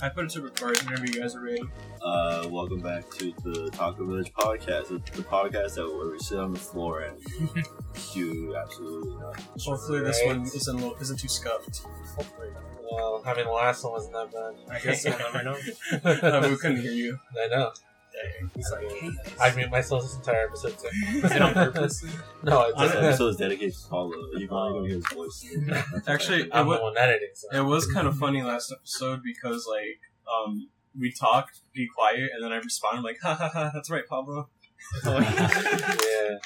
I put in super bars whenever you guys are ready. Uh, welcome back to the Taco Village podcast, the, the podcast that where we sit on the floor and do absolutely nothing. Hopefully, this Right. one isn't lo- isn't too scuffed. Hopefully, Well, I mean, the last one wasn't that bad. I guess we'll never know. Uh, we I couldn't hear you. know. He's like, I mute myself this entire episode. So. Is it on purpose? No, I This didn't. episode is dedicated to Paulo. You can only hear his voice. Actually, it, I'm wa- the one editing. So. it was kind of funny last episode because like um we talked, be quiet, and then I responded like, ha ha ha, that's right, Pablo. Oh, yeah,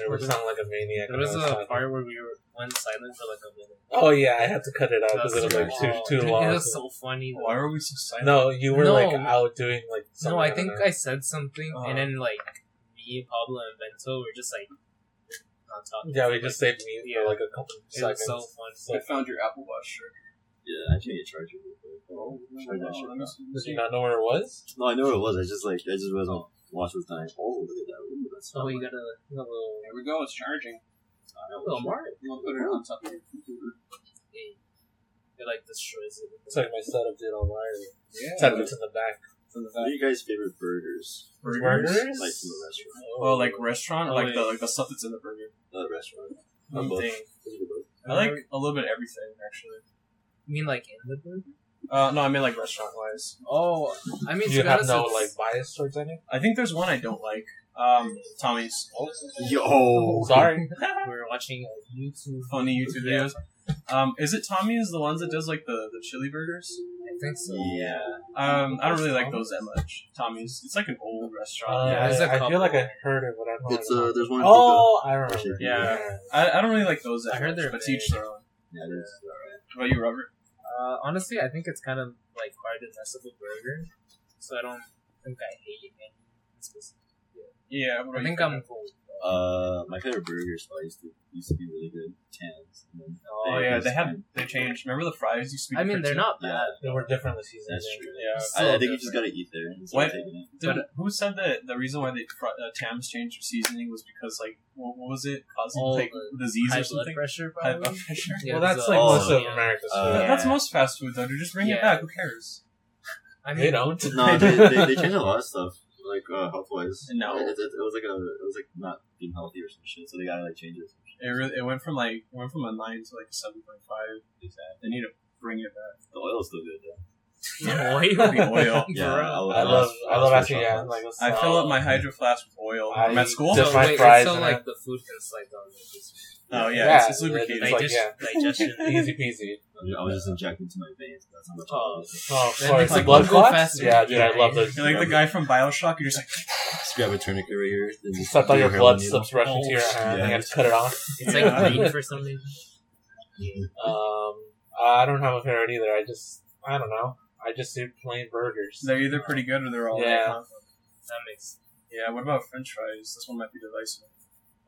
we were sounding like a maniac. There when I was was a talking. part where we were went silent for like a minute. Oh yeah, I had to cut it out That because it Oh, was like too so too long. long. It was so funny. Why are we so silent? no, you were No. like out doing like. Something no, I don't think know. I said something, Uh-huh. and then like me, Pablo, and Bento were just like not talking. Yeah, we just saved me for Yeah. like a couple It seconds. was so funny. So- found your Apple Watch shirt. yeah, I should get charged real quick. Charge that shit. Did you not know where it was? No, I know what it was. I just like I just was on watch was dying. Oh, look at that. Ooh, that's not oh, you like- got a, you got a little, There we go. It's charging. I don't little know. mark. We'll put it on top of your computer. It it, like destroys it. It's like my setup did on wire. Yeah. Setup it's in the back. What are you guys' favorite burgers? Burgers? Like from the restaurant. Well, like restaurant, or Oh, like the wait. like the stuff that's in the burger. Not a restaurant. One both. thing. What I like a little bit of everything actually. You mean like in the burger? Uh, no, I mean like restaurant wise. Oh, I mean, Do to you be have honest, no like it's- bias towards any? I think there's one I don't like. Um, Tommy's Yo. Sorry. We're watching a YouTube. funny YouTube Yeah. videos. Um, is it Tommy's the ones that does like the the chili burgers? I think so. Yeah. Um, I don't really like those that much. Tommy's. It's like an old Uh, restaurant. Yeah, there's a I, I feel couple. like I heard it, but I don't. It's remember. uh. There's one. in Topeka. Oh, I remember. Actually, Yeah. I, I don't really like those that I heard much, they're but to each big. their own. Yeah. there's- What about you, Robert? Uh, honestly, I think it's kind of like hard to mess up a burger, so I don't think I hate any. specific- Yeah. What about I you, think Frank? I'm cool. Uh, my favorite burger spot used to used to be really good. Tans. And then Oh yeah, they have. have they changed. Remember the fries used to be. I mean, different, they're too? not Yeah, bad. They were different this season. that's yeah. true. Yeah. I, I So think you just different. gotta eat there. instead What- of taking it. Did, who said that the reason why they fr- uh, Tams changed their seasoning was because like what, what was it causing Oh, like disease High or blood something? pressure, High blood probably. pressure. Yeah, well, that's so- like most Oh, of yeah. America's Uh, food. That- That's most fast food though. Dude, just bring it Yeah. back. Who cares? I mean, They don't. No, they, they, they changed a lot of stuff, like uh, health wise. No. it, it, it was like a, it was like not being healthy or some shit. So they gotta like change it. It really, it went from like it went from a nine to like a seven point five. They need to bring it back. The oil's still good though. Fucking oil. Yeah, Bruh. I'll- I I'll love. ask- I I'll love ask for actually. Yeah, shots. like I fill up my hydro flask with oil. when I'm I at school. dip So, my wait, fries it's so in like it. the food can slide down. like, this. oh yeah, yeah, it's, it's yeah, lubricated. It's like, Digest- yeah. digestion. easy peasy. I was- I was just injecting to my veins. That's how much. Oh. oil it is. Oh, That sorry. makes Like it blood go clots. faster. Yeah, dude, I Yeah, love yeah. those. You're like the guy from Bioshock. You're just like Just grab a tourniquet right here. then just Except all do your heroin blood needle. slips right into your hand. Yeah. You have to cut it off. It's Yeah. like green for some reason. Um, I don't have a favorite either. I just, I don't know. I just do plain burgers. they're either pretty good or they're all Yeah. right, huh? That makes. Yeah. What about French fries? This one might be divisive.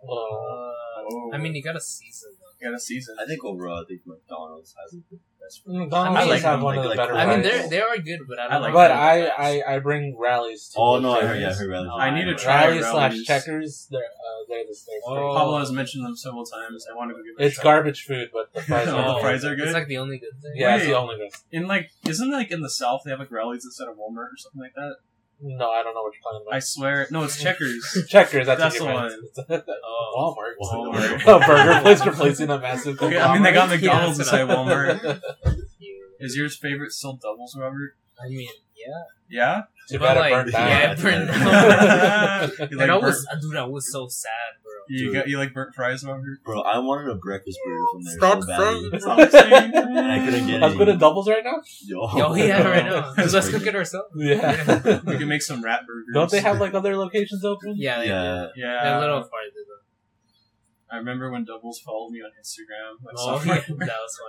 Well, Oh. I mean, you gotta season them. you gotta season. I think overall, I think McDonald's has like, the best. McDonald's I like does have them. one of Like- the like better. I mean, fries. they they are good, but I don't I like but them. I, I, I bring rallies. To Oh the no, I heard, fries. yeah, I heard rather. I need to try. try rally slash rallies. checkers. They're, uh, they're the same. Oh. Pablo has mentioned them several times. I want to go give it It's a try. garbage food, but the fries Oh, are the fries are good. It's like the only good thing. Yeah, it's Wait. the only good. in like, isn't like in the South they have like rallies instead of Walmart or something like that? No, I don't know what you're talking I about. swear, no, it's Checkers. Checkers, that's, That's what the Oh. you meant. Walmart. Walmart. a burger place replacing a massive. Okay, I mean, they got conglomerate. McDonald's Yeah, that's inside what I- Walmart. Yeah. Is yours favorite still doubles, Robert? I mean, yeah. Yeah. Too But bad it like, burnt down. yeah, down. burn you down. like And I burnt, was, dude, I was so sad, bro. you, got, you like burnt fries, Robert? Bro, I wanted a breakfast burger from there Stop so badly. That's all I'm saying. I couldn't get As it. good as doubles right now? Yo, Yo, yeah, right now. Oh, That's Let's pretty cook it ourselves. Yeah. We can make some rat burgers. Don't they have like other locations open? Yeah, they Yeah. Yeah. That little farther though. I remember when doubles followed me on Instagram. Like, Oh, sophomore yeah, that was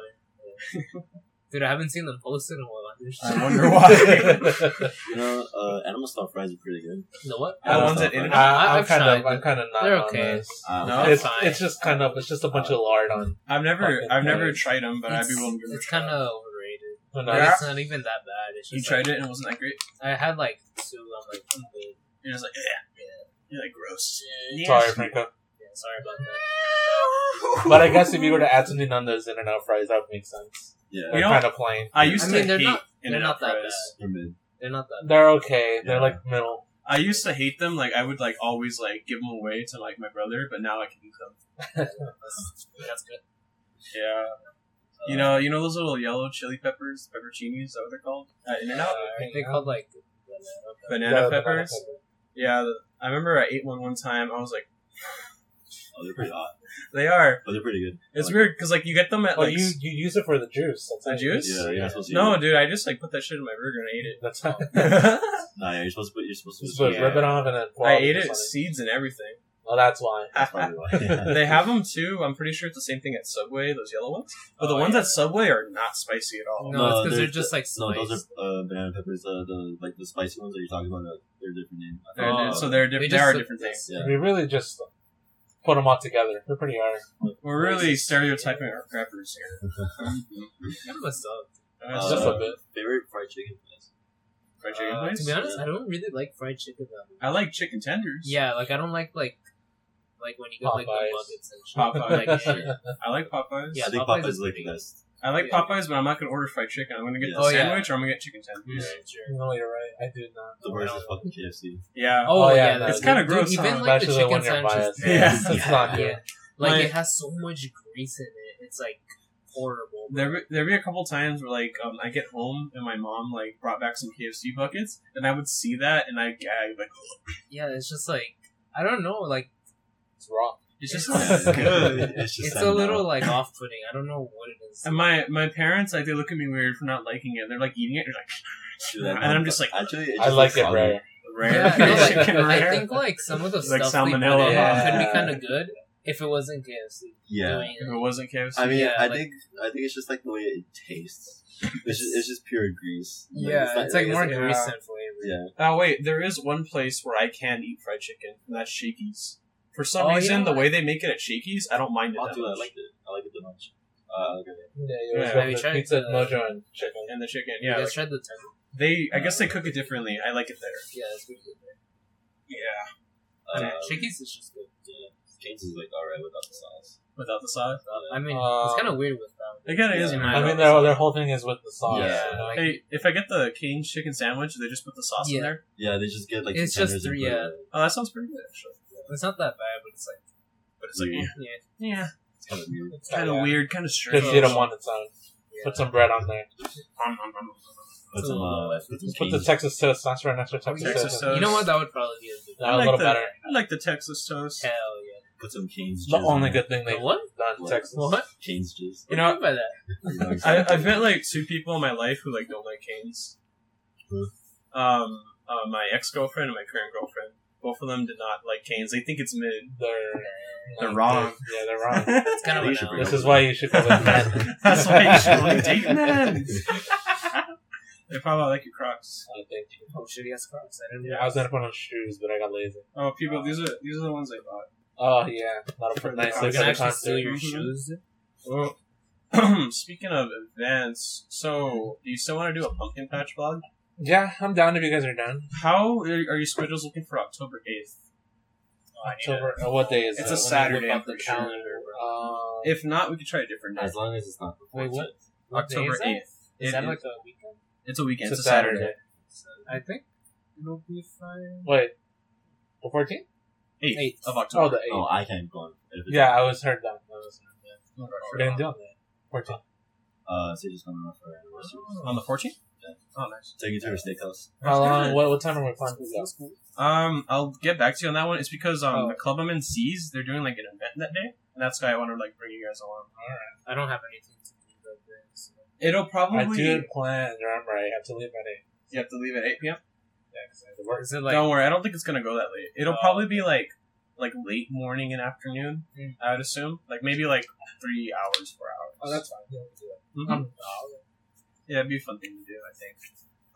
funny. Yeah. Dude, I haven't seen them post in a while. They're just- I wonder why. You know, uh, animal style fries are pretty good. The what? I Animal want style it in- fries. I, I'm I've kind tried of, I'm kind of not. They're on okay. this. Um, No? It's, fine. it's just kind of, it's just a bunch of lard on. I've never, Fucking I've never nice. tried them, but I'd be It's- willing to give it It's a try. kind of overrated. Who knows? Like, Yeah. It's not even that bad. It's You just tried like, it and it wasn't that great. I had like two. I'm like, I'm good. You're just like, yeah, you're like gross. Sorry, Franco. Yeah, sorry about that. But I guess if you were to add something on those In-N-Out fries, that would make sense. Yeah. They're know, kind of plain. I used I to mean, they're hate not- In they're and Out not that fries. Or mid. They're not that. They're okay. They're Yeah. like middle. I used to hate them. Like I would like always like give them away to like my brother, but now I can eat them. That's, that's good. Yeah. You know, you know those little yellow chili peppers, pepperoncinis, is that what they're called? Uh, In and Uh, out Aren't they yeah. called like banana Yeah, peppers. Yeah, the, I remember I ate one one time. I was like, Oh, they're pretty hot. they are. Oh, they're pretty good. It's Like- weird because like you get them at Well, like Oh, you s- you use it for the juice. That's the how you- juice. Yeah, you're not supposed to. eat No, it. dude, I just like put that shit in my burger and I ate That's how. it. Nah, yeah, you're supposed to. Put, you're supposed to. Just put Yeah. ribbon on and then. pour I all the ate juice it, on seeds and everything. Well, that's why. That's probably why. they have them too. I'm pretty sure it's the same thing at Subway. Those yellow ones, but the Oh, ones yeah. at Subway are not spicy at all. No, it's 'cause they're there's just, the- like, No, those sliced. are uh, banana peppers. Uh, the like the spicy ones that you're talking about. Uh, they're a different name. I They're- thought- they're- so they're diff- They they, just are said different this. things. Yeah. We really just put them all together. They're pretty hard. We're really stereotyping our crappers here. kind of messed up. Uh, just so- a bit. favorite fried chicken place. fried chicken Uh, place? to be honest, I don't really like fried chicken that much. I like chicken tenders. Yeah, like I don't like like like when you go like the Popeyes. buckets and shit. Popeyes. Like, shit. I like Popeyes. Yeah, I think Popeyes Popeyes is is like pretty the good. best. I like Yeah. Popeyes, but I'm not gonna order fried chicken. I'm gonna get the Oh, yeah. sandwich, or I'm gonna get chicken tenders. You know, you're right. I did not. The worst is fucking KFC. Yeah, Oh, Oh, yeah, yeah, that- it's kinda dude, gross, Even huh? like the Especially chicken when you're sandwiches, biased. Yeah. It's not good. like My- it has so much grease in it. It's like horrible. there be- there be a couple times where like um, I get home and my mom like brought back some KFC buckets, and I would see that and I gag like Yeah, it's just like I don't know. Like It's raw. it's just It's not "Oh, good. It's just it's a sending little out. like off-putting. I don't know what it is. And my my parents like they look at me weird for not liking it. They're like eating it. They're like Dude, that and I'm one- just like- actually, it's I just like it soggy. rare. rare Yeah, no, like, chicken I rare. think like some of the Like stuff they put salmonella, in huh? could be Yeah. kind of good if it wasn't KFC. Yeah. doing if it. it wasn't KFC, I mean, Yeah, I like- think I think it's just like the way it tastes. It's just, it's just pure grease. Yeah, it's, not- like more like, yeah. grease than flavor. Yeah. Oh wait, there is one place where I can eat fried chicken, and that's Shakey's. For some Oh, you reason, know the what? way they make it at Shakey's, I don't mind it I'll that do that. I much. like it. I like it too much. Uh, okay. Yeah, you always Yeah. go Have you for tried pizza, the- mojo, and chicken. and the chicken, You yeah, guys like, tried the temple? they. I guess they cook it differently. I like it there. Yeah, it's pretty good. Yeah, Uh, Yeah, Chickies is just good. Cane's is like alright without the sauce. without the sauce. I mean, Um, it's kind of weird with that. Again, it is Yeah. in I my- mean, their, their whole thing is with the sauce. Yeah. you know? Like, Hey, if I get the Cane's chicken sandwich, do they just put the sauce Yeah. in there. Yeah, they just get like. It's some just tenders and three, put it uh, in. Oh, that sounds pretty good actually. It's not that bad, but it's like, But it's like, Three. yeah, yeah, It's kind of weird. It's kind of yeah. weird, kind of Just strange. eat them on its own. Yeah. Put some bread on there. Nom, nom, nom. Put It's a some. little- Uh, put some Just put the Cane's- Texas toast sauce right next to Texas, Texas toast. toast. You know what? That would probably be a good. That I was like a little the- better. I like the Texas toast. Hell put some Cane's. The jizz only in good thing yeah. they've what? done in What? Texas. What? it. Cane's juice. You know, What by that? I, I've met like two people in my life who like don't like canes. Um, uh, my ex girlfriend and my current girlfriend. Both of them did not like canes. They think it's mid. They're They're wrong. um, Yeah, they're wrong. It's kind of You an should out. bring this is why you should go with men. That's why you should only date men. they probably like your Crocs. I think. Oh, should he ask Crocs? I didn't I was gonna put on shoes, but I got lazy. Oh, people, these are these are the ones I bought. Oh yeah, not For a the nice Crocs. You look can at the actually concert. steal your Mhm. shoes. Well, speaking of events, so do you still want to do a pumpkin patch vlog? Yeah, I'm down if you guys are down. How are are you squidgers looking for October eighth? October. Oh, what day is It's a it? Let me look Saturday, up I'm the pretty sure. calendar. Uh, If not, we could try a different day. As long as it's not. the Wait, what? 14th. What day October is that? eighth. Is that like a weekend? It's a weekend. it's, It's, a a Saturday. Saturday. I think it'll be fine. Wait, the 14th? 8th, Eighth. of Oh, October. the 8th. Oh, I can't go on. If it's- yeah, I was heard that. I was Oh, We're gonna do it. 14th. Uh, so you just coming off our anniversary. On the 14th? Oh, nice. Take it to our steakhouse. How good. long? What, what time are we planning to go? Um, I'll get back to you on that one. It's because um Oh. the club I'm in sees they're doing like an event that day, and that's why I want to like bring you guys along. I don't have anything to do that day. So. It'll probably I did plan. Remember, I have to leave at eight. you have to leave at 8 p.m. Yeah, 'cause I have to work. Is it like Don't worry, I don't think it's gonna go that late. It'll Oh. probably be like like late morning and afternoon. Mm. I would assume like maybe like three hours, four hours. Oh, that's fine. Yeah, we can do that. Mhm. Um, yeah, it'd be a fun thing to do. I think.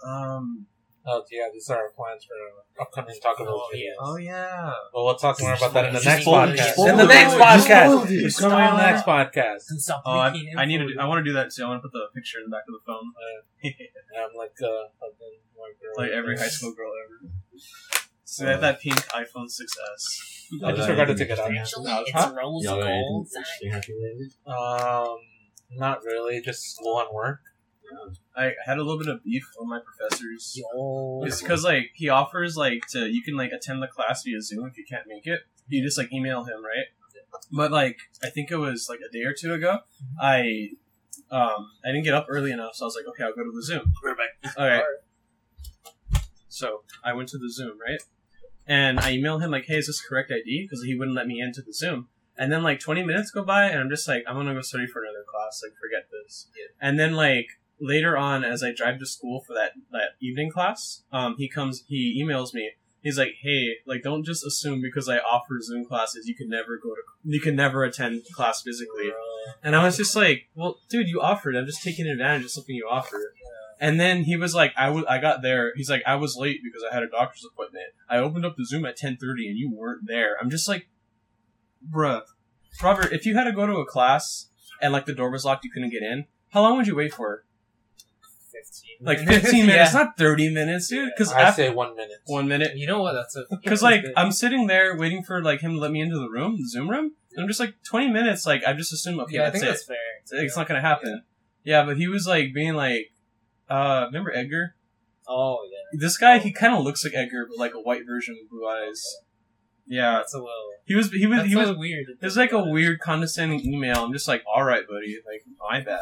Um. oh, yeah, these are our plans for our upcoming Taco Bell. Oh, yeah. Oh yeah. Well, we'll talk more about that in the Just next spoiled it. podcast. Spoiled In the it. next You podcast. You It's coming in the next stop. podcast. stop Oh, I, making him I need to. for Do, I want to do that too. I want to put the picture in the back of the phone, And I'm like, uh, fucking white girl. like every high school girl ever. So they have that pink iPhone 6S. I just forgot to take it out. Actually, Huh? it's rose Y'all got anything gold. interesting happening lately? Um, Not really, just school and work. I had a little bit of beef with my professors. Yo. It's because like he offers like to you can like attend the class via Zoom if you can't make it. You just like email him, right? But like I think it was like a day or two ago, I um I didn't get up early enough, so I was like, okay, I'll go to the Zoom. All right. So I went to the Zoom, right? And I emailed him like, hey, is this correct ID? Because he wouldn't let me into the Zoom. And then like 20 minutes go by, and I'm just like, I'm gonna go study for another class. Like, forget this. And then like later on, as I drive to school for that that evening class, um, he comes, he emails me. He's like, hey, like, don't just assume because I offer Zoom classes, you can never go to, you can never attend class physically. And I was just like, well, dude, you offered. I'm just taking advantage of something you offered. And then he was like, I wa- I got there. He's like, I was late because I had a doctor's appointment. I opened up the Zoom at 10:30 and you weren't there. I'm just like, bruh, Robert, if you had to go to a class and like the door was locked, you couldn't get in. How long would you wait for? 15. Like 15 minutes, not 30 minutes, dude. Because I after say one minute. one minute, You know what? That's a. because like I'm sitting there waiting for like him to let me into the room, the Zoom room. And I'm just like 20 minutes. Like I just assume okay, yeah, I that's think it. that's fair. it's not gonna happen. Yeah. but he was like being like, uh, remember Edgar? Oh yeah, This guy, he kind of looks like Edgar, but like a white version with blue eyes. Yeah, that's a little. he was. He was. That's He was. so weird. to It was think like a about. weird, condescending email. I'm just like, all right, buddy. Like, my bad.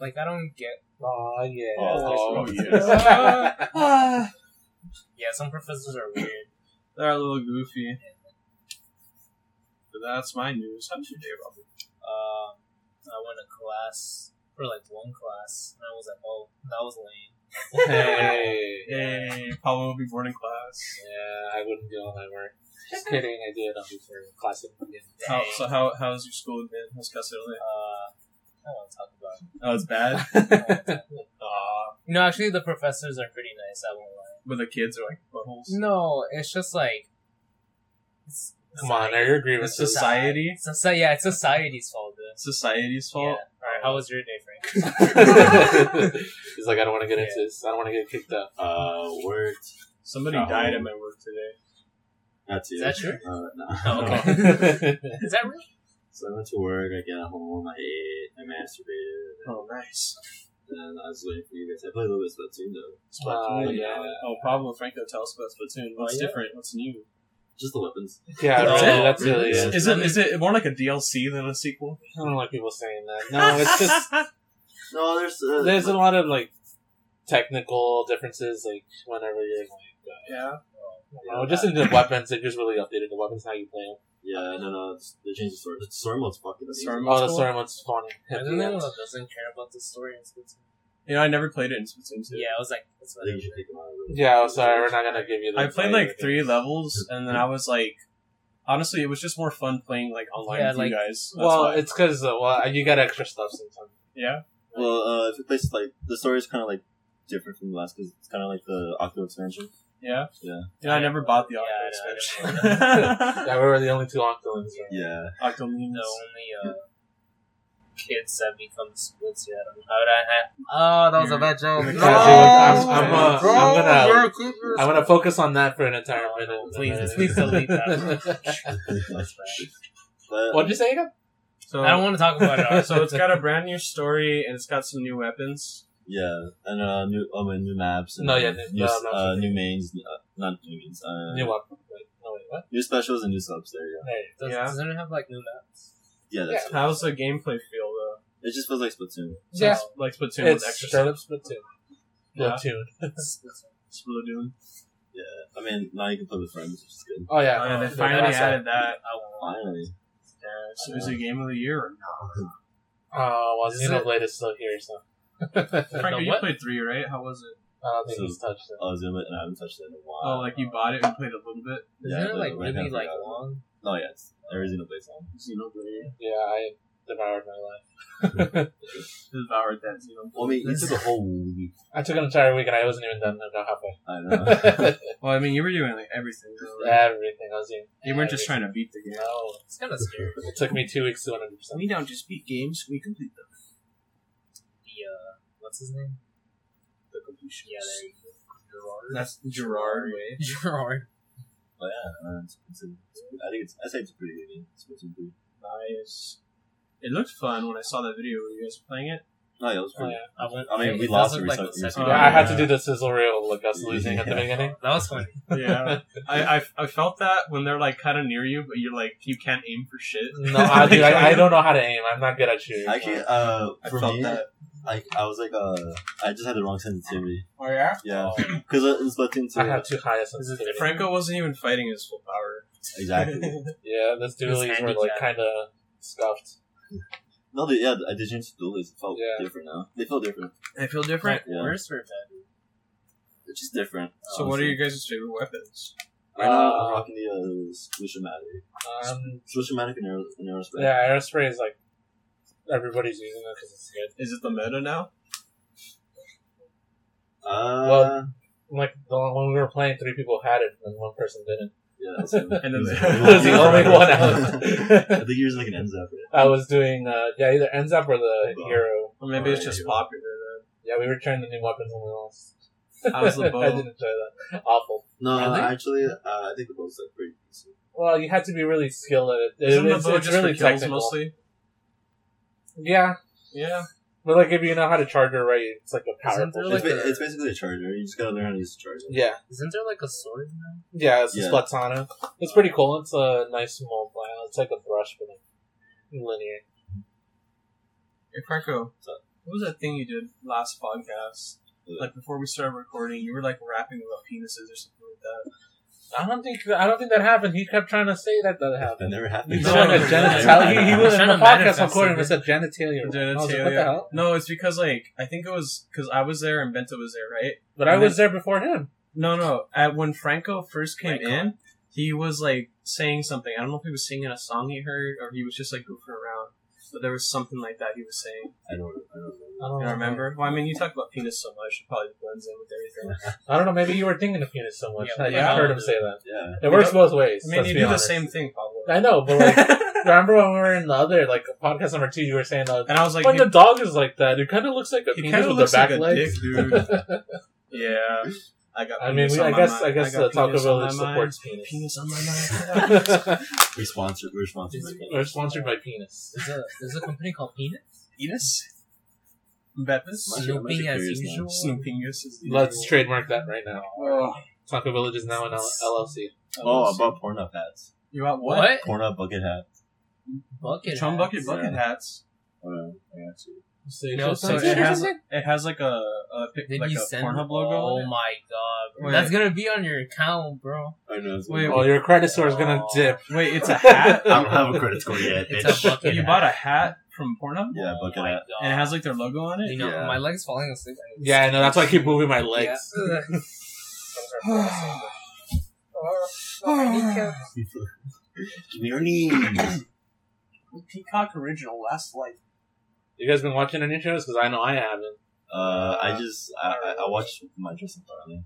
Like I don't get. Oh yeah. Oh, Oh, yes. Ah, Yeah, some professors are weird. they're a little goofy. But that's my news. How's your day, Robert? Um, I went to class for like one class, and I was like, oh, that was lame. hey. Yay! Pablo will be born in class. Yeah, I wouldn't do all my work. Just kidding, I did on before class. ended. How, so how how's your school been? How's Castelli? Uh, I don't want to talk about. It. Oh, it's bad. Aw. No, actually, the professors are pretty nice. I won't lie. But the kids are like buttholes. No, it's just like. It's, Come on, I agree with It's this. society. It's so, yeah, it's society's fault, dude. It's Society's Yeah. All fault. right, how was your day, Frank? He's like, I don't want to get into this. I don't want to get kicked out. Uh, worked. Somebody Oh. died at my work today. Not too. Is that true? Uh, no. Oh, okay. Is that real? so I went to work. I got home. I ate. I masturbated. Oh, nice. And I was waiting for you guys. I played a little bit of Splatoon though. Uh, Oh, yeah. Oh, Pablo Franco, tell us about Splatoon. What's Oh, yeah. different? What's new? Just the weapons. Yeah, That's really, it? that's really Yeah. it. Is it is it more like a DLC than a sequel? I don't like people saying that. No, it's just No, there's uh, there's a lot of like technical differences. Like whenever you're like, yeah. you know, just into weapons, they just really updated the weapons how you play them. yeah, no, no. it's- They changed the story. The story mode's The fucking. amazing. story Oh, mode's the cool. story mode's funny. I don't know. Doesn't care about the story. It's good to- You know, I never played it in Splatoon 2. Yeah, I was like, that's I what think you should take them out. Of it. Yeah, I'm sorry, we're not gonna give you. The I played like entire- three levels, and then I was like, honestly, it was just more fun playing like online Yeah, with like- you guys. That's Well, why. it's because uh, well, you got extra stuff sometimes. yeah. Well, uh, if it plays like the story is kind of like different from the last because it's kind of like the Octo expansion. Yeah. Yeah. You know, I never bought the Yeah, I know, I Octo expansion. Yeah, we were the only two Octolins. Right? Yeah. Octolines. the only uh, kids that become splits yet. How would I have? Oh, that was a bad joke. Because No, I'm, I'm, uh, I'm gonna I'm gonna focus on that for an entire Oh, minute. Please- please delete that. But What'd you say again? So, I don't want to talk about it. so it's got a brand new story, and it's got some new weapons. yeah, and uh, new um, and new maps. And, No, yeah, uh, new- new, no, s- maps uh, are new mains, uh, not new mains. Uh, New weapon. Wait, no, wait, what? new specials and new subs. There you Hey, Does, Yeah. Doesn't it have like new maps? go. Yeah, that's How's the gameplay feel though? it. It just feels like Splatoon. So Yeah. it's like Splatoon with it's extra straight up Splatoon. Yeah. Splatoon. Splatoon. I mean, now you can play with friends, which is good. Oh yeah, Oh, yeah, they that's finally awesome. added that. Finally, Yeah, so is it game of the year or not? Oh well, Is Xenoblade it- Blade is still here, so Franco, The you what? played three, right? How was it? I don't think he's touched it. I was in it and I haven't touched it in a while. Oh, like you bought it and played a little bit. Isn't it like right now really I like forgot. long? No, yeah, Oh, it's Arizona plays on. Xenoblade Yeah, I devoured my life. devoured that Xenoblade. Well, I mean, it took a whole week. I took an entire week and I wasn't even done. I'm not halfway. I know. Well, I mean, you were doing like everything. Though, right? Everything I was doing. You weren't just trying to beat the game. No, It's kind of scary. it took me two weeks to 100. percent We don't just beat games; we complete them. The uh, what's his name? The completion. Yeah, there you go. Gerard. That's Gerard. Way. Gerard. but yeah, uh, it's, it's, a, it's, I think it's I say it's a pretty good game. It's pretty good. Nice. It looked fun when I saw that video when you guys were playing it. No, yeah, it was Oh, pretty. yeah. I, went, I mean, we that lost was, every like, second- the second Oh, Yeah, I had to yeah. do the sizzle reel with Gus losing at the Yeah. beginning. That was funny. Yeah, I, I I felt that when they're like kind of near you, but you're like you can't aim for shit. No, I, dude, I, I don't know how to aim. I'm not good at shooting. Actually, uh, I for felt me, that. like I was like, uh, I just had the wrong sensitivity. Oh yeah, Yeah, because it's nothing I to have too high a sensitivity. Franco wasn't even fighting his full power. exactly. Yeah, this dualies were like handicapped. kind of scuffed. No, they, yeah, I did change the duelies. It felt Yeah. different now. They felt different. I feel different. Yeah. Worse or better? It's just different. So, Oh, what are your guys' favorite weapons? Right now, I'm Uh, rocking the uh, Swishomatic. Um, Swishomatic and Aeros- and Aerospray. yeah, aerospray is like everybody's using it because it's good. Is it the meta now? Uh, Well- Like the, when we were playing, three people had it and one person didn't. yeah, that's it. And then I was the only one I out. think you're using like an end zap. right? I was doing uh, yeah either ends up or the Well. hero. Or maybe it's just popular. Yeah, we were trying the new weapons when we lost. Then. How's the I bow? didn't enjoy that. Awful. No, Really? actually, uh, I think the boat's like pretty decent. Well, you had to be really skilled at it. It- Isn't it's the bow it's just really for kills technical. mostly? Yeah, Yeah. but like if you know how to charge it right, it's like a powerful. Isn't there, It's, like, thing. ba- a- it's basically a charger. You just gotta learn how to use a charger. yeah, Isn't there like a sword now? yeah, it's Yeah. a Splatana. It's pretty cool. It's a nice small plant. It's like a brush, but like linear. Hey, Franco, what was that thing you did last podcast? Yeah. Like before we started recording, you were like rapping about penises or something like that. I don't think I don't think that happened. He kept trying to say that that happened. That never He's happened. No, trying to no, genital- He, he was in Trying the to podcast manifest recording. It something. said genitalia. I was like, what the Genitalia. hell? No, it's because like I think it was because I was there and Bento was there, right? But I And was there before him. No, no. At when Franco first came Franco. in, he was like saying something. I don't know if he was singing a song he heard or he was just like goofing around. But there was something like that he was saying. I don't. I don't I I don't don't remember. Well, I mean, you talk about penis so much, it probably blends in with everything. I don't know. Maybe you were thinking of penis so much. Yeah, that you yeah. heard him say that. Yeah. It works both ways. I mean, let's you be do honest. the same thing, Pablo. I know, but like, remember when we were in the other like podcast number two, you were saying uh, and I was like, when he, the dog is like that, it kind of looks like a he penis kind of with looks the back like a legs. dick, dude. yeah. I got. I mean, penis we, on I my guess mind. I guess the got Taco penis on my Village mind. supports penis. Penis on my mind. We sponsored. We're sponsored. We're sponsored by penis. There's a there's a company called Peanuts. Penis. Beppis. Must- Snooping as curious now. usual. Snoopingus is the Let's usual. trademark that right now. Oh, Taco Village is now an L- LLC. Oh, I bought Pornhub hats. you want what? What? Pornhub bucket hat. Bucket. Chum hats. bucket bucket hats. Hold on, I got you. So you No, should- so it you should has- say- It has like a, a pic- Did like you a send? Pornhub oh logo. on it. my god, bro. Wait. that's gonna be on your account, bro. I know. it's- Wait, oh, your credit score is gonna Oh. dip. Wait, it's a hat. I don't have a credit score yet. It's bitch. a bucket. you bought a hat from Pornhub, Yeah, bucket my hat. God. and it has like their logo on it. You know, Yeah. my leg's falling asleep. Yeah, I know. That's why I keep moving my legs. Yeah. Give me your knees. Peacock original last life. You guys been watching any shows? Because I know I haven't. Uh, I just I, I, I watched my dressing darling.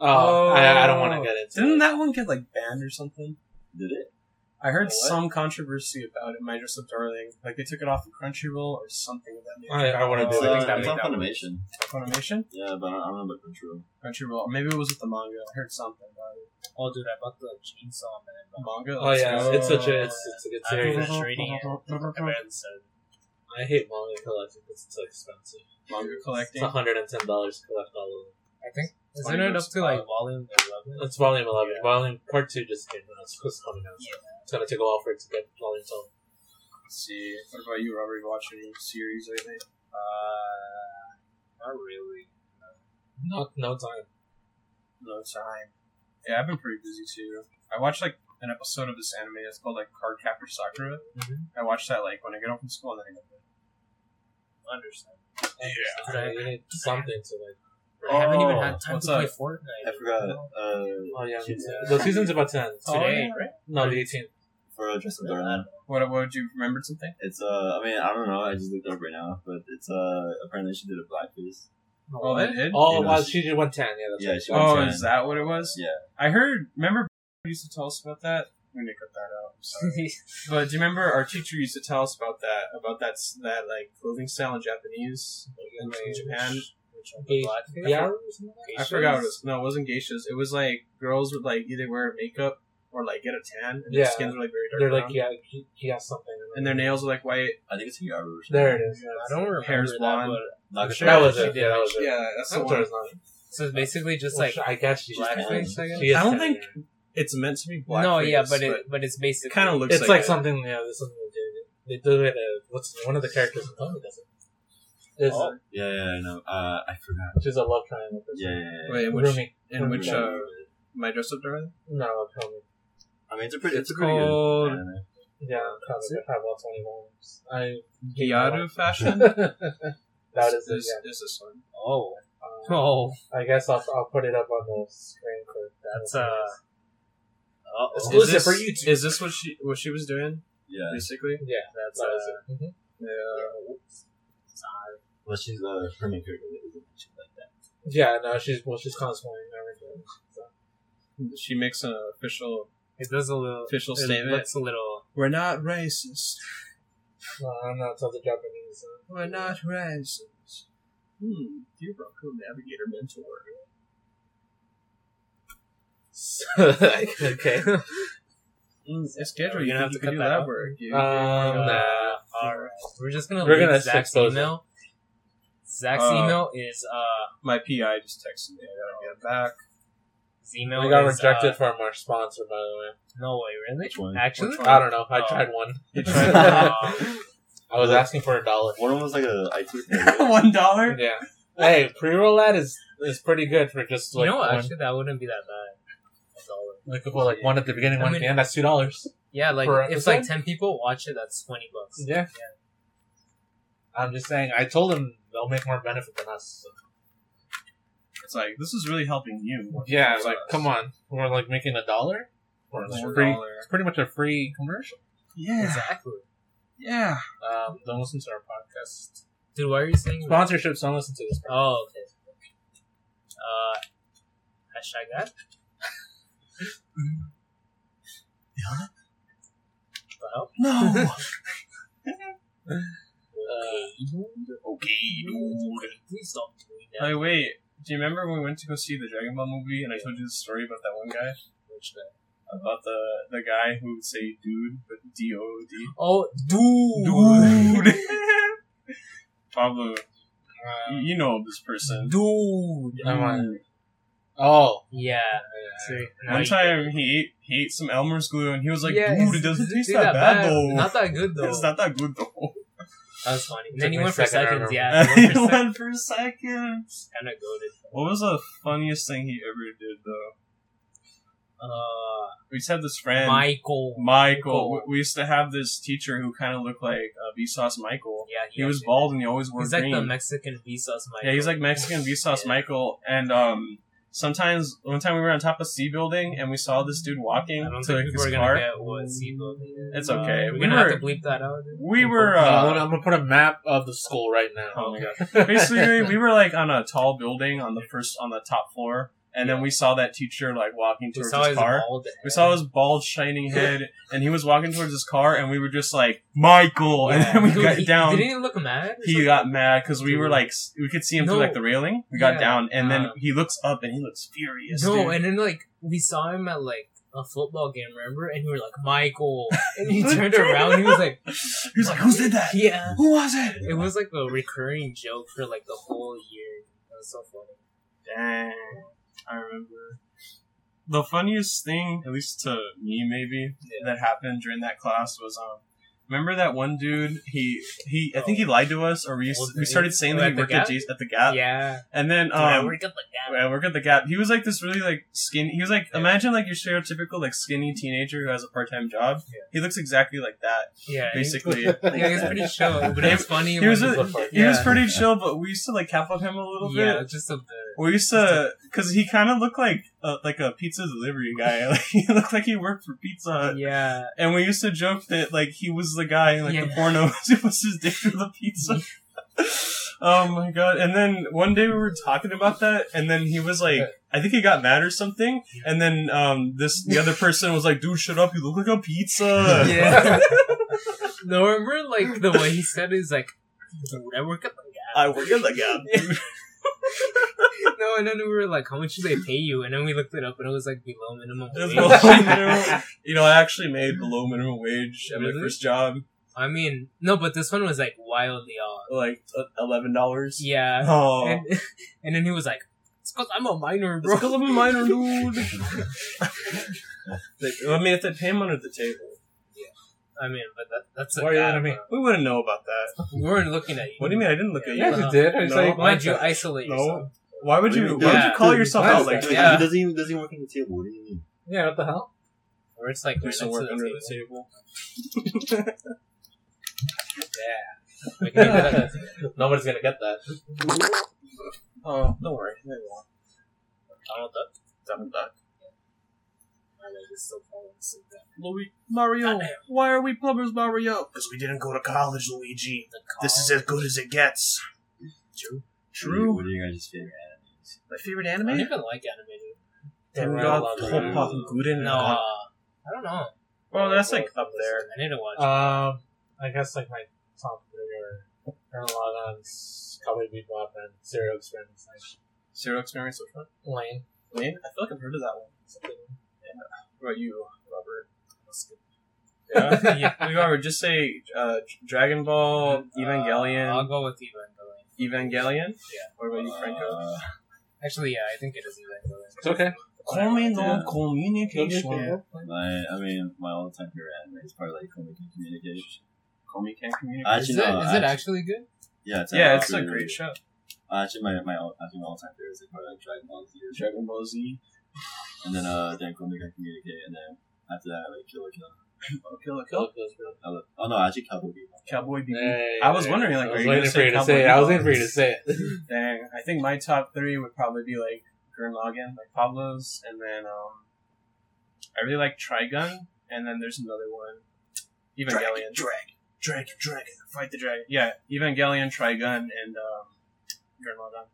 Oh, I, I don't want to get into Didn't it. that one get like banned or something? Did it? I heard What? some controversy about it. My Dress Up Darling, like they took it off of Crunchyroll or something of that nature. I, I want to It's, do uh, it. it's on Funimation. Funimation, Yeah, but I don't, I don't know about Control. Crunchyroll, or maybe it was with the manga. I heard something about it. Oh, dude, I bought the chainsaw man. Bro. Manga. Oh Let's yeah, go. it's such a it's, it's a good I series. Uh-huh. remember trading it. I read it, so I hate manga collecting because it's so expensive. manga It's collecting. one hundred and ten dollars to collect all of them. I think Funny isn't it goes up to like volume eleven? It's volume eleven. Volume part two just came out. It's supposed to come out. Yeah. It's gonna take a while for it to get volume twelve. Let's see. What about you, Robert? You watching any series lately? Uh, not really. No, no time. No time. Yeah, I've been pretty busy too. I watched like an episode of this anime that's called like Card Captor Sakura. Mhm. I watched that like when I get home from school and then I go to bed. Understand. Yeah, I mean, you need something to like. I haven't even Oh, had time what's to play up? Fortnite. I forgot. Uh, Oh yeah, Yeah. the season's about ten. Oh, Today, yeah. right? No, the eighteenth. for dressing darling, What, what would you remembered something? it's uh. I mean, I don't know. I just looked it up right now, but it's uh. Apparently, she did a blackface. Oh, they did. Oh, Yeah. well, she did one ten. Yeah, that's Yeah, right. she Oh, was is that what it was? Yeah. I heard. Remember, used to tell us about that. We need to cut that out. I'm sorry. but do you remember our teacher used to tell us about that? About that s- that like clothing style in Japanese in, in Japan. Eight- Blackface? yeah. I forgot what it was. No, it wasn't geishas. It was like girls would like either wear makeup or like get a tan, and Yeah. their skins are like very dark. They're like, brown. yeah, he, he has something. and their nails are like white. I think it's Hiyari or something. There it is. I don't remember Hair's that, blonde. but- Nagata. Sure. that was it. She Yeah, that was it. Yeah, that's the I'm one. sorry, it's not. So it's basically just Well, like I guess she's black tan. face, I guess. She is I don't tan, think- yeah. It's meant to be black. no, yeah, face, but it but it's basically it kind of looks. it's like, it. something. Yeah, there's something they did. They do it. Uh, what's one of the characters? in Tony does it. There's, Oh. Yeah, yeah, I know. Uh, I forgot. She's a love triangle. person. Yeah, yeah, yeah. Wait, which Rumi. in which Yeah. uh, my dress up darling? No, Tommy. I mean, it's a pretty, it's, It's a Oh, pretty called- good anime. Yeah, Tommy. I have all twenty volumes. I Gyaru fashion. that This- is it. this, Yeah. this is fun. oh Um, oh I guess I'll, I'll put it up on the screen for That's, uh, Is Exclusive this- for YouTube. Is this what she what she was doing Yeah. basically? yeah. that's That uh, was it. Mhm. Yeah. Well, she's uh, her main character isn't she like that. Yeah, no, she's well, she's cosplaying and everything. So. She makes an official it does a little official it statement. looks a little We're not racist. No, I'm not told the Japanese. uh, We're not racist. Hmm. Dear Bronco Navigator Mentor. So, like, okay. um, Mm, it's schedule. we You're gonna have think to cut you could do that, that out. work, dude. Uh, nah. all right we're just gonna Um, We're leave gonna Zach's expose it. email Zach's Uh, email is uh My PI just texted me. I gotta get it back. his email we got is, rejected uh, from our sponsor, by the way. no way really Which one? actually Which one? I don't know. I Oh. tried one. You tried- tried I was asking for a dollar. One of them was like a IT thing. right? one dollar. Yeah. Hey, pre-roll ad is is pretty good for just you like know what? one- actually that wouldn't be that bad That's all. we could put like one at the beginning, I one at mean- the end. That's two dollars. yeah like Per if episode? like 10 people watch it that's 20 bucks Yeah. I'm just saying. I told them they'll make more benefit than us. so. It's like this is really helping you. Yeah, like come on, we're like making a dollar. Or like One free. dollar. It's pretty much a free commercial. Yeah. exactly Yeah. Um, don't listen to our podcast. dude why are you saying that? Sponsorships. Don't listen to this. Oh, okay. Uh, hashtag that. Well, No. uh, okay, please stop doing that. Like, wait. Do you remember when we went to go see the Dragon Ball movie and I told you the story about that one guy? Which guy? About the the guy who would say dude, but D O D. Oh, dude, Dude! Pablo, you- Um, you know this person. Mm. dude. Come on. Dude. oh, Mm, Yeah. see, One time he ate, he ate some Elmer's glue and he was like, Yeah, dude, it's- it doesn't taste See, that, bad, though. Not that good though. It's not that good though. That's funny. Took And then me you a went for second, I seconds. remember. Yeah, He he went for seconds. went for seconds. Kind of goaded. What was the funniest thing he ever did though? Uh, We just had this friend, Michael. Michael. Michael. We- We used to have this teacher who kind of looked like uh, Vsauce Michael. Yeah, He was actually- bald and he always wore He's green. like the Mexican Vsauce Michael. Yeah, he's like Mexican Vsauce Michael, and um, sometimes one time we were on top of C building and we saw this dude walking I don't to think like, people his are car. gonna get what Sibo is. It's okay. we're We gonna were- have to bleep that out. We were Uh, I'm, uh, gonna, I'm gonna put a map of the school right now. oh my god. Basically, we were like on a tall building on the first on the top floor, and then we saw that teacher like walking We towards saw his his car. bald head. We saw his bald, shining head, and he was walking towards his car, and we were just like, "Michael!" And Yeah. then we Dude, got he- down. Didn't he look mad? or He something? got mad because we were like, s- we could see him through like No. the railing. We got Yeah. down, and then Uh. he looks up and he looks furious. no, dude. and then like we saw him at like a football game, remember? And we were like, Michael. And he turned around. He was like, He's like, who did that? Yeah. Who was it? It was like a recurring joke for like the whole year. That was so funny. Dang. I remember. The funniest thing, at least to me maybe, that happened during that class was um remember that one dude he he I think he lied to us or we used, Well, we started saying Oh. at that he the worked Gap? at, J's, at the gap yeah. and then Dude, I um work at the gap. I work at the gap. He was like this really like skinny. He was like Yeah. imagine like your stereotypical like skinny teenager who has a part time job. Yeah. He looks exactly like that Yeah. he- basically. Yeah, he's pretty chill, but it's funny. he was when a- he's like- He was Yeah. pretty chill, but we used to like cap on him a little bit. Yeah, just a bit. We used to, cause he kind of looked like a, like a pizza delivery guy. Like, he looked like he worked for Pizza Hut, Yeah. and we used to joke that like he was the guy in like the Yeah. pornos. it was his dick for the pizza. oh my god! And then one day we were talking about that, and then he was like, I think he got mad or something, and then um this the other person was like, "Dude, shut up! You look like a pizza." Yeah. no, remember like the way he said is like, dude, I work at the I work at the gap. gap. no, and then we were like, how much do they pay you? And then we looked it up, and it was like below minimum It's wage. below minimum- you know, I actually made below minimum wage at my Really? first job, I mean, no, but this one was like wildly off. like uh, eleven dollars. Yeah, Oh, and, and then he was like, "It's because I'm a minor, bro." It's 'cause I'm a minor dude. Like, I mean, if they pay him under the table, I mean, but that, that's a Why are you guy, looking at me? bro. we wouldn't know about that. We weren't looking at you. What do you mean? I didn't look at You you. Yeah. guys did. I was No. like, Why'd you isolate No. yourself? Why would What do you? you mean? Why would you Yeah. call yourself Why out is like Like, that? Yeah. He doesn't even doesn't work on the table. What do you mean? Yeah, what the hell? Or it's like There's some right next to work the under table. the table. We can do that at the table. Nobody's gonna get that. Oh, don't worry. They won't. Donald Duck. Donald Duck. My leg is still falling asleep. Louis, Mario, Goddamn. why are we plumbers, Mario? Because we didn't go to college, Luigi. This is as good as it gets. True. True. What are you guys' favorite animes? My favorite I don't anime? even like animated. Dengar Dengar- Topakuden No, uh, I don't know. Well, that's like up there. I need to watch. Um, I guess like my top three are Erlana's Cowboy Bebop and Serial Experiments. Like, Zero experience with one? Lane. Lane? I feel like I've heard of that one. Something. Yeah. What about you, Robert? Yeah. yeah. Robert, just say uh, Dragon Ball, Uh, I'll Evangelion, go with Evangelion. Evangelion. Yeah. What about you, Franco? Uh, Actually, yeah, I think it is Evangelion. It's okay. Yeah. communication. yeah. Uh, my, I mean, my all-time favorite anime is probably like Comic and Communication. Comey can't communicate. I Is actually, it, no, is it I- actually good? Yeah, it's, yeah, it's a actually really- great show. Actually, my my all, actually my all-time favorite is like probably like Dragon Ball Z, or something. Dragon Ball Z. and then uh, then Comic and Communicate, and then after that like Kill la Kill. Oh, Kill a Yeah, Kill. I love- Oh no, actually Cowboy Bebop. Cowboy Bebop. yeah, I was yeah. wondering, like, are I was you waiting gonna for you say to say it. Cowboy I was waiting for Bebop? you to say it. Dang, I think my top three would probably be like Gurren Lagann, like Pablo's, and then um, I really like Trigun, and then there's another one, Evangelion. Dragon, dragon, dragon, fight the dragon. Yeah, Evangelion, Trigun, and um, Gurren Lagann.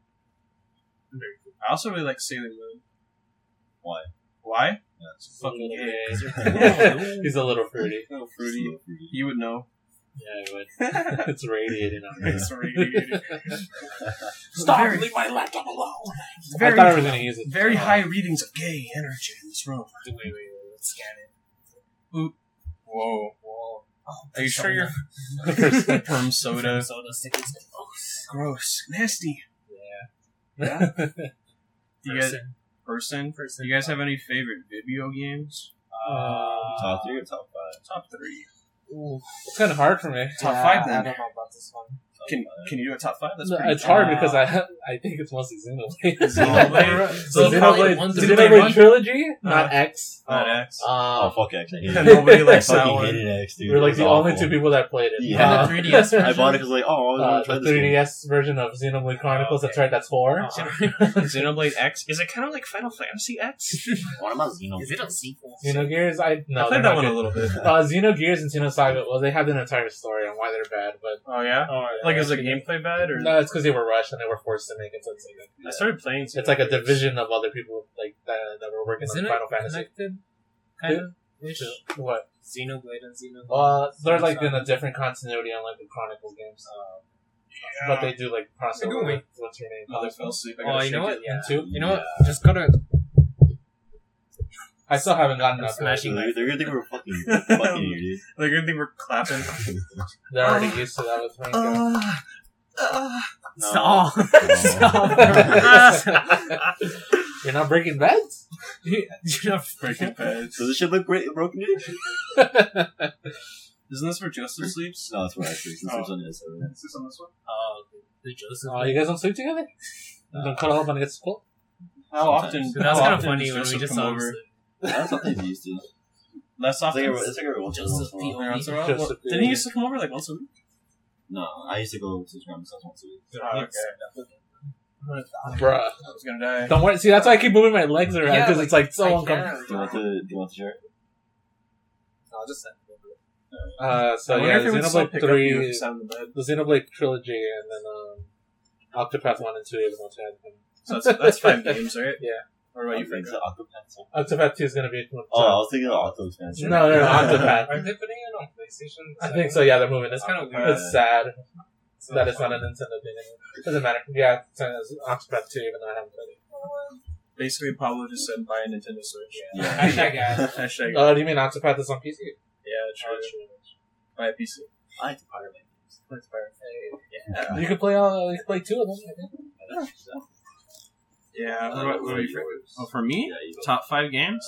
Very cool. I also really like Sailor Moon. Why? Why? Yeah, it's Fucking Yeah. gay. 'Cause you're- He's a little fruity. Little fruity. Fruity. Fruity. You would know. Yeah, but it's radiating on me. It's radiated. Stop! Very- Leave my laptop alone. Very- I thought I was gonna use it. Very Uh, high readings of gay energy in this room. Wait, wait, wait. Let's scan it. Whoa. Whoa. Are you sure you're Percent. perm soda? soda? Soda stick is Gross, nasty. Do you guys person. person? Person. Do you guys have any favorite video games? Uh, Top three or top five? Top three. Ooh, it's kind of hard for me. Top five I then. don't know about this one. Top Can five. can you do a top five? That's No, pretty. it's hard Uh, because I I think it's mostly Xenoblade. Oh, Xenoblade? so Xenoblade Xenoblade, one through Xenoblade one? trilogy, not Uh-huh. Uh, X. Not X. Oh Uh, Um, fuck, actually, I hated it. Nobody I likes that fucking one. hated X, dude. we're It like was the only awful. two people that played it. Yeah. Uh, And the 3DS I bought it because like, oh, I was uh, gonna try the this game. 3DS version of Xenoblade Chronicles. Oh, That's right. That's four. Uh-huh. Xenoblade X is it kind of like Final Fantasy X? What about Xeno? Is it a sequel? Xenogears. I no. I they're played that not one a good. little bit. Uh, Xenogears and Xenosaga. Well, they have an entire story on why they're bad, but Oh yeah. Alright, Like is the actually, gameplay bad or? no, it's because they were rushed and they were forced to make it. So it's like I started playing. a, it's like a Xenoblade. division of other people like that, that were working on Isn't it Final Fantasy. connected? Kind of. What? Xenoblade and Xenoblade. Uh, they're like in a different continuity on like the Chronicles games, Oh, uh, but they do like They're crossover. doing With, what's your name? Mother fell asleep. I Oh, gotta you shake know what? it. Yeah. Two. You know what? Uh, Just go to I still haven't gotten that. Smashing. They're they're gonna think we're fucking fucking you, Like I think we're clapping. dude. They're Oh. already used to that with Franco. Ah, ah. No. stop. oh. You're not breaking beds. Breaking bad. Does this shit look break- broken, dude? Isn't this where Joseph sleeps? No, that's what I think. This Oh. is on this. one. Is this on this one? Oh, the Joseph. Oh, you guys don't sleep together. You don't cuddle up when it gets cold. How often? Sometimes. Dude, that's how kind of often funny does when we Joseph just come saw over? over. That's what they used to. It's Less like often. a, it's like a real Just once in a the while. Every once in a while? Just Well, a few. didn't he used to come over like once a week? No, I used to go to his grandma's house once a week. Oh, okay. Bruh. I was gonna die. Don't worry. See, that's why I keep moving my legs around Yeah, because like, it's like so I can't. uncomfortable. Do you want to? Do you want to share? it? I'll just send it. Uh, so I wonder yeah, if it would still Xenoblade pick up you if three, you sat in the bed. the Xenoblade trilogy, and then um, Octopath one and two, even though two has So that's, that's five games, right? Yeah. What about you, Is it Franco? Octopath? Octopath 2 is going to be. Oh, I was thinking of Octo no, expansion. no, no, Octopath. Are they putting it on PlayStation? I think so, yeah, they're moving. It's, That's kind of Octopath. weird. it's sad that it's not a Nintendo thing anymore. Doesn't matter. Yeah, it's, it's Octopath 2, even though I haven't played it. Basically, Pablo just said buy a Nintendo Switch. Yeah. Hashtag ads. Hashtag. Uh, do you mean Octopath is on PC? yeah, true. true. Buy a PC. I like to pirate lady. Let's buy it. Yeah. You can play all. You can play two of them. Yeah. What about, what about you for, yours? oh, for me? Yeah, you go. Top five games?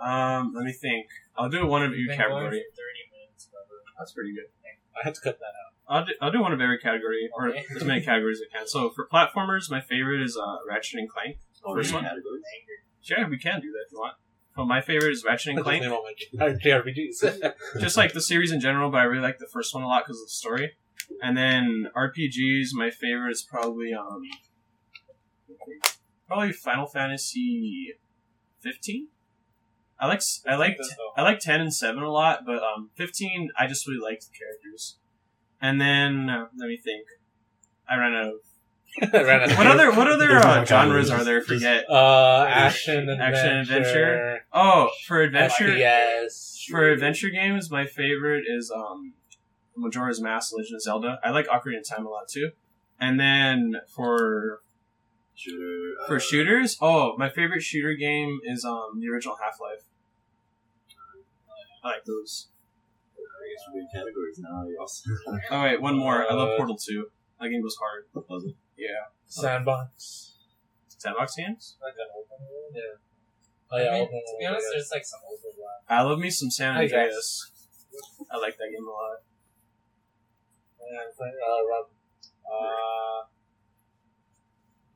Um, let me think. I'll do one of each Been going category. for 30 minutes. probably. That's pretty good. I had to cut that I'll do, I'll do one of every category, or Okay. as many categories as I can. So for platformers, my favorite is uh, Ratchet and Clank. Oh, First you one? categories? Sure, we can do that if you want. But my favorite is Ratchet and out. Just Clank. name all my JRPGs. Just like the series in general, but I really like the first one a lot because of the story. And then RPGs, my favorite is probably um, probably Final Fantasy fifteen. I like s- I like I like ten and seven a lot, but um, fifteen I just really liked the characters. And then uh, let me think. I ran out of Ran out of what other what other There's uh, no genres categories. are there? I Forget. Uh, action adventure. Action Oh, for adventure FPS. for adventure games, my favorite is um, Majora's Mask, Legend of Zelda. I like Ocarina of Time a lot too. And then for Shooter. uh, for shooters, oh, my favorite shooter game is um the original Half Life. I like those. I guess we're doing categories now. You also Oh wait, one more. I Uh, love Portal Two. That game was hard. puzzle. Yeah, Sandbox. sandbox games. Like an open world. Yeah. Oh, I yeah, mean, open to be world, honest, yeah. there's like some overlap. I love me some San I guess. Andreas. I like that game a lot. Yeah, it's like, uh, Rob. Uh,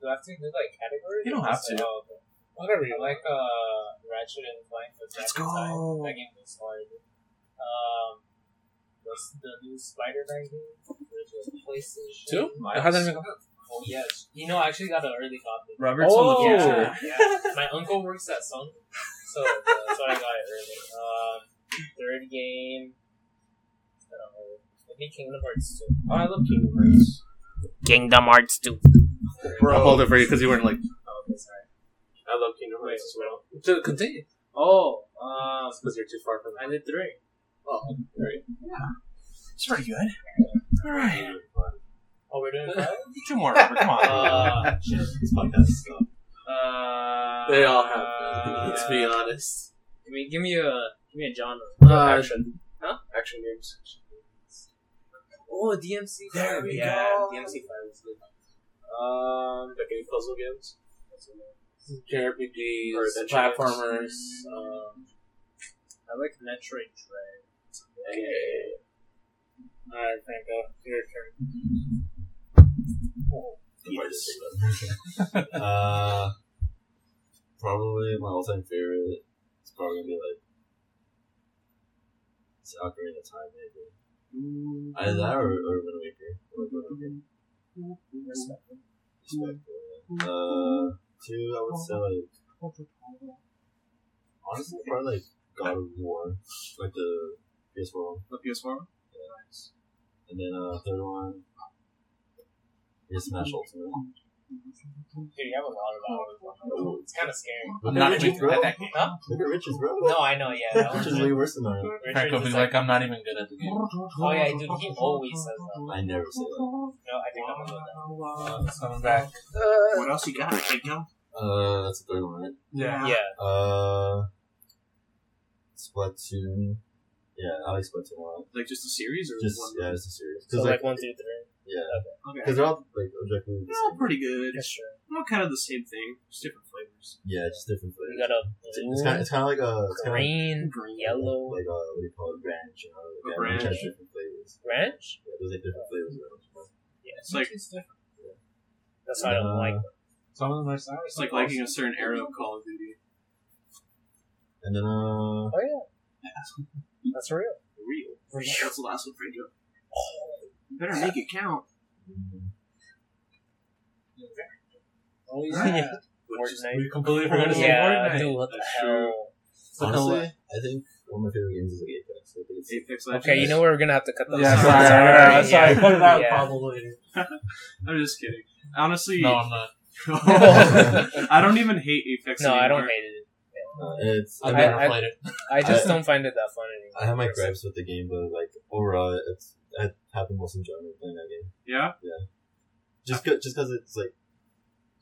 do I have to do like categories? You don't have to. Oh, okay. Whatever I you like. like uh, Ratchet and Clank. With Let's Ratchet Time. go. That game was hard. Um, the, the new Spider-Man game for the PlayStation. Two? Miles. How did I make Oh yes. You know, I actually got an early copy. Robert's Oh. on the future. Yeah, yeah. My uncle works at Sun, so uh, that's why I got it early. Um, third game. I don't know. I think Kingdom Hearts 2. Oh, I love Kingdom Hearts. Kingdom Hearts 2. Bro. it for you because you weren't like. Oh, okay, sorry. I love Kingdom Hearts as well. To continue. Oh, um, Because you're too far from I did three. It's pretty good. All right, Oh, we're doing five? two more. Robert. Come on. Uh, Shit, this podcast is not- uh, They all have. Let's be honest. Give me, give me a, give me a genre. Oh, Uh, action. Huh? Action games. Oh, DMC. There we yeah, go. DMC five was good. Um, Like any puzzle games. JRPGs, Or adventure platformers. um, I like Metroid Dread. Alright, Franco, your turn. uh, probably my all-time favorite. It's probably gonna be like it's Ocarina of Time, maybe. Mm-hmm. Either that or, or Wind Waker. Or Wind Waker. Mm-hmm. Respectful, yeah. Uh, two, I would say like honestly probably like God of War, like the PS One, The PS4. and then uh third one. Is Smash Ultimate. Dude, you have a lot of hours. It's kind of scary. Look not at Riches, even good bro. at that game. Look at Riches, bro. No, I know. Yeah, that Riches was is way worse than mine. Franco be like, I'm not even good at the game. Oh yeah, dude, he always says that. I never say that. No, I think I'm gonna Uh, it's coming back. What else you got? Right now? Uh, that's the third one, right? go. Yeah. Uh, Splatoon. Yeah, I like Splatoon a lot. Like just a series or Just one? yeah, it's a series. So Cause like, like one, two, three. yeah, Okay. because they're all like objectively the They're all same. pretty good. Yeah, sure. They're all kind of the same thing, just different flavors. Yeah, just different We flavors. got a It's, it's kind of it's kind of like a it's kind of green, Green. yellow like a what do you call it ranch? You A know, like, ranch has ranch. different flavors. ranch. Yeah, there's like different flavors. of ranch. It's like That's why I don't Uh, like. Some of them are sorry. it's like liking a certain era of Call of Duty. And then uh, Oh yeah, that's real. Real. Real. That's the last one for you. Better make it count. mm, Oh, yeah. Fortnite. We Oh, completely forgot to say Yeah, Fortnite. dude, what the hell? honestly, I think one of my favorite games is like Apex. I think it's Apex Legends. Okay, you know what? We're gonna have to cut those. Yeah, out. sorry, Sorry, alright, yeah. sorry, cut it out, Yeah. probably. I'm just kidding. Honestly, No, I'm not. I don't even hate Apex. No, I don't anymore. hate it. uh, it's. I, I've mean, never I, I- played it. I just I- don't find it that fun anymore. have my gripes with the game, but like overall, it's I have the most enjoyment playing that game. Yeah, Just cause, just because it's like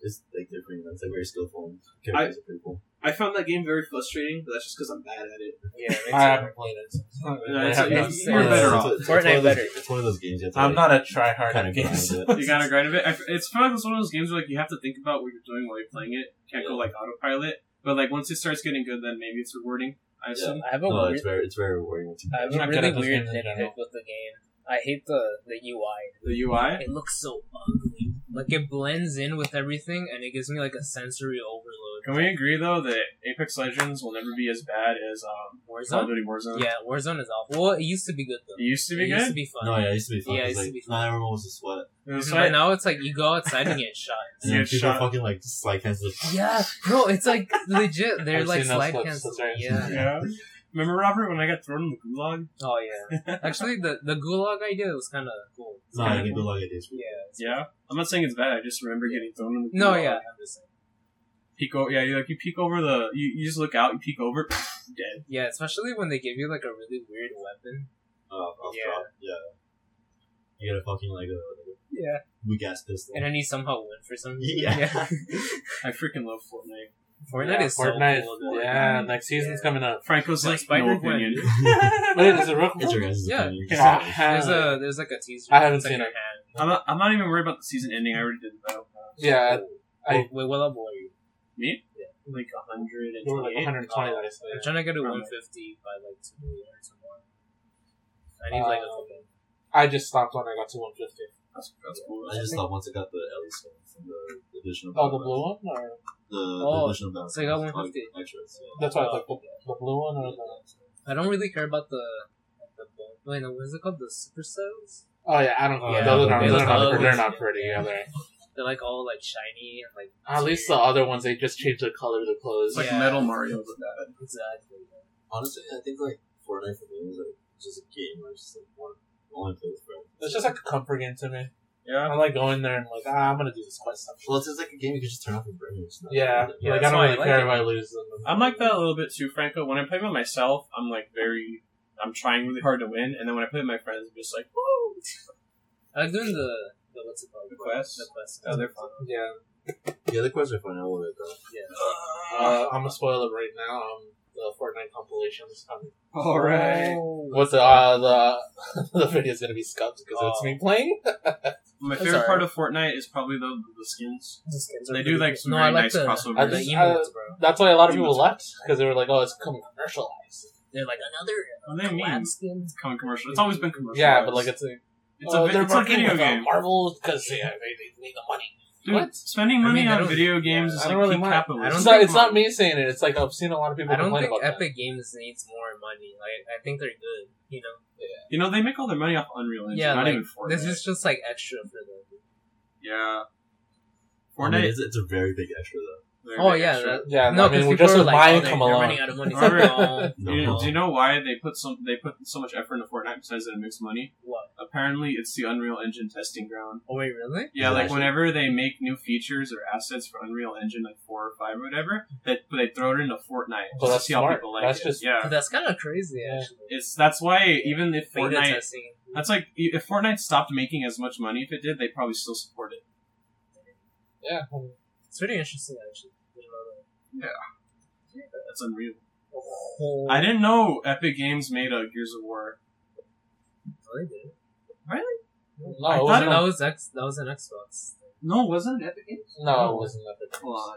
It's like they're pretty nice. They're very skillful. I- Characters are pretty cool. I found that game very frustrating, but that's just because I'm bad at it. Yeah, it I makes haven't played it. so- No, it's- I have you- not you- seen you're it. better Uh, It's- off. it's- it's one of Fortnite those- better. It's one of those games. You have to, I'm like, not a tryhard kind at of grind games. it. You gotta grind a bit. I f it's kind of it's one of those games where like you have to think about what you're doing while you're playing it. Can't go like autopilot. But like once it starts getting good, then maybe it's rewarding. I assume. I have a No, weird, it's very, it's very rewarding. It's- I have I'm a not good really at those weird games in general. nitpick with the game. I hate the the UI. The UI. It looks so ugly. Like it blends in with everything, and it gives me like a sensory overload. Can we agree though that Apex Legends will never be as bad as um, Call of Warzone. Duty Warzone? Yeah, Warzone is awful. Well, it used to be good though. It used to be it used good. to be fun. No, yeah, it used to be fun. Yeah, it 'cause, used to like, be fun. Not everyone wants to sweat. It was But like- now it's like you go outside and get shot. And then Get people shot. fucking like slide cancel the Yeah, no, it's like legit. They're I've like seen those slide clips, cancels. that's right. Yeah. yeah. Remember Robert when I got thrown in the gulag? Oh yeah. Actually, the the gulag idea was kind of cool. No, I think good luck it is. Yeah. Yeah. I'm not saying it's bad. I just remember getting thrown in the gulag. No, yeah. Peek over. Yeah. You like you peek over the. You, you just look out. You peek over. Dead. Yeah, especially when they give you like a really weird weapon. Uh, off Yeah. top, yeah. You get a fucking like a Yeah. weak ass pistol. And then you somehow win for some reason. Yeah. I freaking love Fortnite. Fortnite Yeah, is Fortnite. so cool. yeah, Fortnite. next season's Yeah. coming up. Franco's Yeah, like Spider-Gwen. no opinion. Wait, is it real? It's your guys' Yeah. opinion. Yeah. There's a there's like a teaser. I haven't It's, like, seen in it. her I'm not, I'm not even worried about the season ending. I already did uh, the battle pass. Yeah, I- Hand. Wait, what level are you? Me? Like 128. we're like 120 that I said. I'm trying to get to Probably. 150 by like two or tomorrow. I need like a Um, fucking- I just stopped when I got to 150. That's, that's cool. I just thought once I got the Ellie skin from the edition of Oh, the blue one? Or? The, Oh, the edition of so you got Battle Pass, 150. like, extras, yeah. That's why I was like, the, the blue one or the. I don't really care about the the bone. Wait, no, what is it called? The supercells? Oh, yeah, I don't know. Yeah, those are not, they those look are not, ugly. they're not pretty. Yeah, they're- They're like all like shiny and like. At least uh, the other ones, they just change the color of the clothes. It's like Yeah. Metal Mario, but bad. Exactly. Honestly, I think like Fortnite for me is like just a game where I just like want I want to play with friends. It's just like a comfort game to me. Yeah. I like going there and like, ah, I'm gonna do this quest stuff. Well, it's just like a game you can just turn off and bring. It's not- Yeah, like Yeah, I that's don't why I really like care it. if I lose. them. I'm like that a little bit too, Franco. When I play by myself, I'm like very. I'm trying really hard to win, and then when I play with my friends, I'm just like, woo! I like doing the, the what's it called? The quests? The quest. Oh, they're fun. Yeah, The other question I find out what it does. uh, I'm gonna spoil it right now. Um, the Fortnite compilation is coming. All Oh, What's the uh, the the video's gonna be scuffed because it's Oh. me playing. My I'm favorite sorry. part of Fortnite is probably the, the skins. the skins are They pretty do like cool. some no, very I uh, like nice the, crossovers. The I think- emotes, bro. That's why a lot of You people must- left because they were like, "Oh, it's commercialized." They're like another uh, what do they mean? collab skin. It's coming commercial. It's always been commercial. Yeah, but like it's a it's oh, a, vi- they're it's a marketing video with, uh, game. Marvel because yeah, they, they need the money. Dude, What? Spending I money mean, I on don't- video games yeah, is I like don't really peak mind. capitalism. don't It's not, think it's not Pokemon. me saying it. It's like I've seen a lot of people I don't complain about think that. Epic Games needs more money. Like I think they're good. You know, You know, they make all their money off Unreal Engine, Yeah, not like, even Fortnite. this is just like extra for them. Yeah. I mean, Fortnite. it's, it's a very big extra though. They're Oh big yeah, extra. that, Yeah, I no, mean, we're because people just are with like, Lion oh, they, come they're along. running out of money. Remember- No. Do you- No. Do you know why they put some? They put so much effort into Fortnite besides that it makes money. What? Apparently, it's the Unreal Engine testing ground. Oh wait, really? Yeah, like Actually- whenever they make new features or assets for Unreal Engine, like four or five or whatever, they they throw it into Fortnite just to Well, that's see how smart. people like That's it. just- yeah, That's kind of crazy, actually. it's that's why even if Beta Fortnite, testing. that's like if Fortnite stopped making as much money, if it did, they would probably still support it. Yeah, It's pretty interesting, actually. You know, like, That's unreal. a whole- I didn't know Epic Games made a Gears of War. No, they didn't. no, I it thought wasn't. That was X. That was an Xbox. thing. No, wasn't it Epic Games? No, it wasn't Epic. Hold on.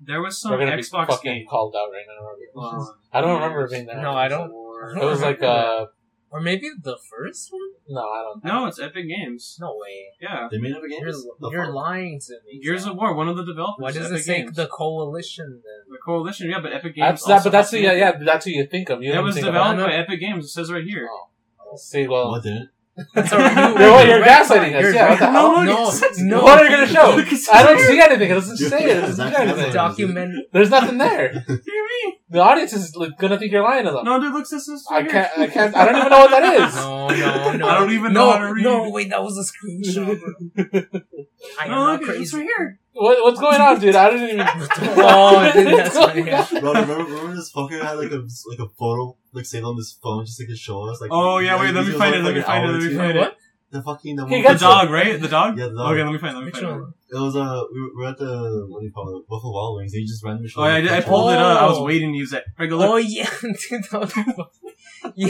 There was some We're gonna be Xbox fucking game. called out right now. Hold on. I don't remember it being that. No, I don't- War. It was like uh, Or maybe the first one? no, I don't. No, it's Epic Games. No way. Yeah. They made up a game. You're, The you're fuck? lying to me. Gears of War, one of the developers. Why does Epic it say Games. the coalition then? The Coalition? Yeah, but Epic Games. That's that, also but that's has who, yeah, to- yeah, that's who you think of. You That don't was think developed of. by Epic Games. It says right here. Oh. See, well, What didn't? That's all right. You're- well, you're You're right. gaslighting us, You're yeah, what the right. hell? No, no. What are you gonna show? Look, it's I don't here. see anything. It doesn't say it. It That's- doesn't do anything. that's- It's document. There's nothing there. What do you mean? The audience is like, gonna think you're lying to them. No, dude, look, this is. I here. can't. I can't. I don't even know what that is. No, no, no. I don't even no, know how to read. No, wait, that was a screenshot. I am No, not look, it's crazy. right here. What, what's going on, dude? I didn't even. oh, dude, that's funny. Bro, remember, remember this fucker had like a like a photo like saved on this phone just like to show us like. Oh, yeah, wait, let me it was find on it, let me an find it, hour let me too. find it. What? The fucking the He one- The got dog, right? The dog. Yeah, the dog. Okay, let me find. Let me Which find. it. one? It was uh, we were- we were at the what do you call it? Buffalo Wild Wings. They just randomly. showed Oh, yeah, I, the did- I picture. pulled it up. I was Oh. waiting to use that. Right, go look. Oh yeah, dude, that was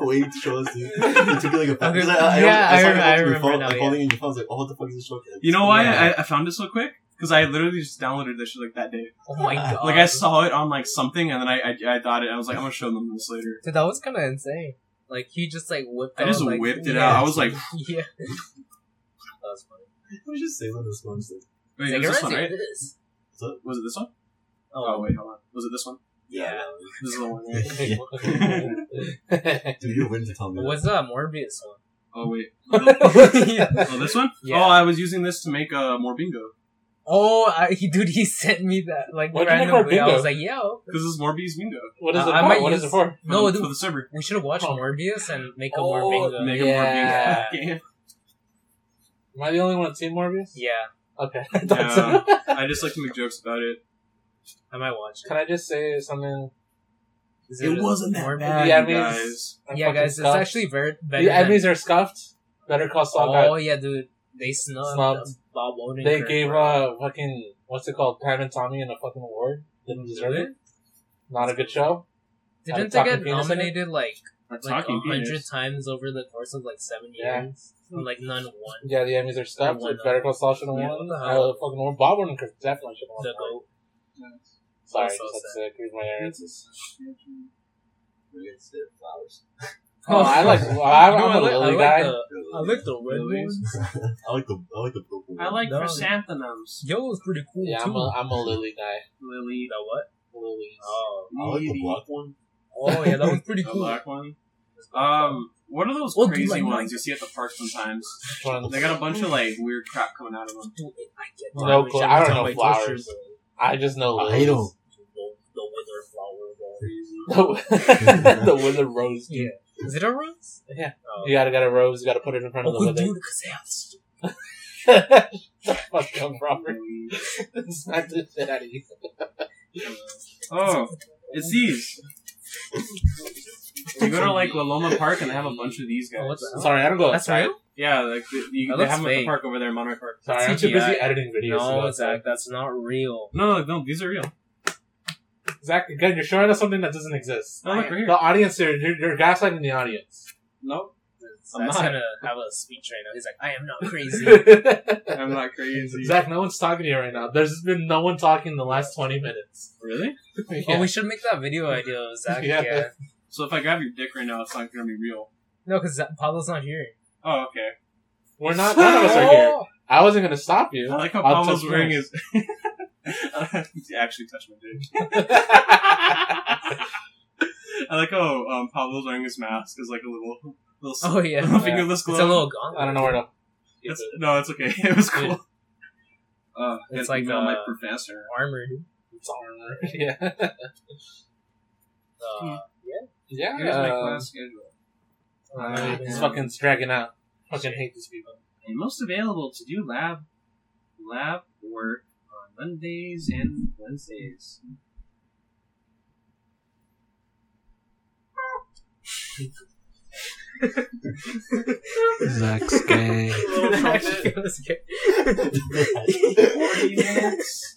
Wait to show us, dude. It took you like a Okay. because I, I, Yeah, I, I saw it remember- on I your remember phone, now, Like yeah. holding it in your phone, I was like, oh, what the fuck is this show? You know why Yeah. I, I found it so quick? Because I literally just downloaded this shit like that day. Oh my god. Like I saw it on like something, and then I I, I thought it. I was like, I'm gonna show them this later. Dude, that was kind of insane. Like he just like whipped. I just out, like, whipped it yeah, out. I was like, yeah. That was funny. What did you say on this one? It's like, wait, Like, it was this one, right? reminds me of this. What's up? Was it this one? Oh wait, hold on. Was it this one? Yeah. This is the one. Right? Yeah. Dude, you're winning to tell me. What's that Morbius one? Oh wait. oh, this one? Yeah. Oh, I was using this to make uh, more bingo. Oh, I, he, dude, he sent me that like Why'd you make randomly. I Morbius? was like, yo, Because this is Morbius bingo. what is Uh, it I for? might What is it use- for? For No, the- dude. For the server. we should have watched Oh. Morbius and make a Oh, more bingo. Make Yeah. a more bingo. Am I the only one that's seen Morbius? Yeah, Okay. Yeah. I just like to make jokes about it. I might watch it. Can I just say something? Is It wasn't that Morbius? bad, Yeah, I you mean, it's- guys. I'm Yeah, fucking guys, it's scuffed. actually very better. The than, enemies are scuffed. Better Call Saul got oh yeah, dude, they snubbed, Snubbed. Bob Odenkirk. They gave bro. uh fucking what's it called Pam and Tommy in a fucking award. Mm-hmm. Didn't deserve it. Not a good show. had a Didn't they talking get penis in it? nominated like Our like a talking hundred penis. times over the course of like seven Yeah. years? And, like none won. Yeah, the Emmys are stuffed. Oh, Why not? Better Call Saul should have Yeah, won. what the Oh, I hell? would fucking won. Bob Odenkirk definitely should The have won. goat. Sorry, That's so just sad. had to correct my errands. Flowers. Oh, I like. well, I'm, You know, I'm a like- lily like guy. the- I like the red Lilies. ones. I like the I like the purple. one. No. chrysanthemums. Yellow is pretty cool yeah, too. I'm a, I'm a lily guy. Lily. The what? Lilies. Oh, I like the black one. oh yeah, that was pretty The cool. black one. Um, what are those Oh, do you crazy like ones mine? you see at the park sometimes? Which one's- They got a bunch of like weird crap coming out of them. Dude, I get No that. clue. I don't know Wait, flowers. what's I just know I lilies. don't. your- The, the wither flower. bro. The, the wither rose. dude. Yeah. Is it a rose? Yeah. Oh. You gotta get a rose. You gotta put it in front of the Oh, wither. dude, because Shut the fuck up, Robert. Smack the shit out of you. Oh, it's these. You go to like La Loma Park and they have a bunch of these guys. Oh, what the hell? Sorry, I don't go That's outside. real. Yeah, like the, you, That they looks have them at the fake. park over there in Monterey Park. Sorry, I'm too CGI. busy editing videos. to go No, outside. Zach, that's not real. No, no, no, these are real. Zach, again, you're showing us something that doesn't exist. No, look right here. The audience, Oh, here, you're, you're gaslighting the audience. No, I'm That's Oh, not. gonna have a speech right now. He's like, I am not crazy. I'm not crazy. Zach, no one's talking to you right now. There's been no one talking in the last 20 minutes. Really? Oh, Yeah. we should make that video idea of Zach. Yeah. yeah. So if I grab your dick right now, it's not gonna be real. No, because Pablo's not here. Oh, okay. We're not, none of us are here. I wasn't going to stop I you. like how I'll Pablo's touch wearing yours. his. He actually touched my dick. I like how um, Pablo's wearing his mask is like a little little s- Oh, yeah. little fingerless It's glove. a little gone. I don't know where to. It's- no, it's okay. It was cool. Uh, It's I like, emailed my uh, professor. Armor, dude. It's armor. Yeah. Uh, Yeah. Here's my uh, class schedule. uh, Alright, it's man. fucking dragging out. Fucking hate these people. And most available to do lab lab work on Mondays and Wednesdays. Zach's gay. that actually was good. Forty minutes.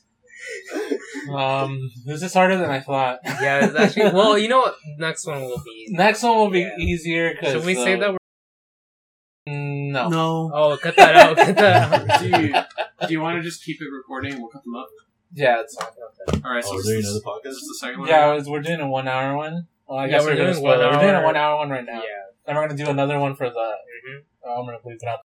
Um, this is harder than I thought. Yeah, it's actually. Well, you know what? Next one will be. Next one will be Yeah. easier because Should we say that? We're... No. No. Oh, cut that out. Cut that out. do you, do you want to just keep it recording? We'll cut them up. Yeah, it's fine. All right. so Oh, is this there is another this is podcast? the second one. Yeah, it was- we're doing a one hour one. Well, I Yeah, guess we're we're, gonna doing spoil it. We're doing a one-hour- one hour one right Yeah. now. Then we're gonna do another one for the. Mhm. Oh, I'm gonna bleep it out.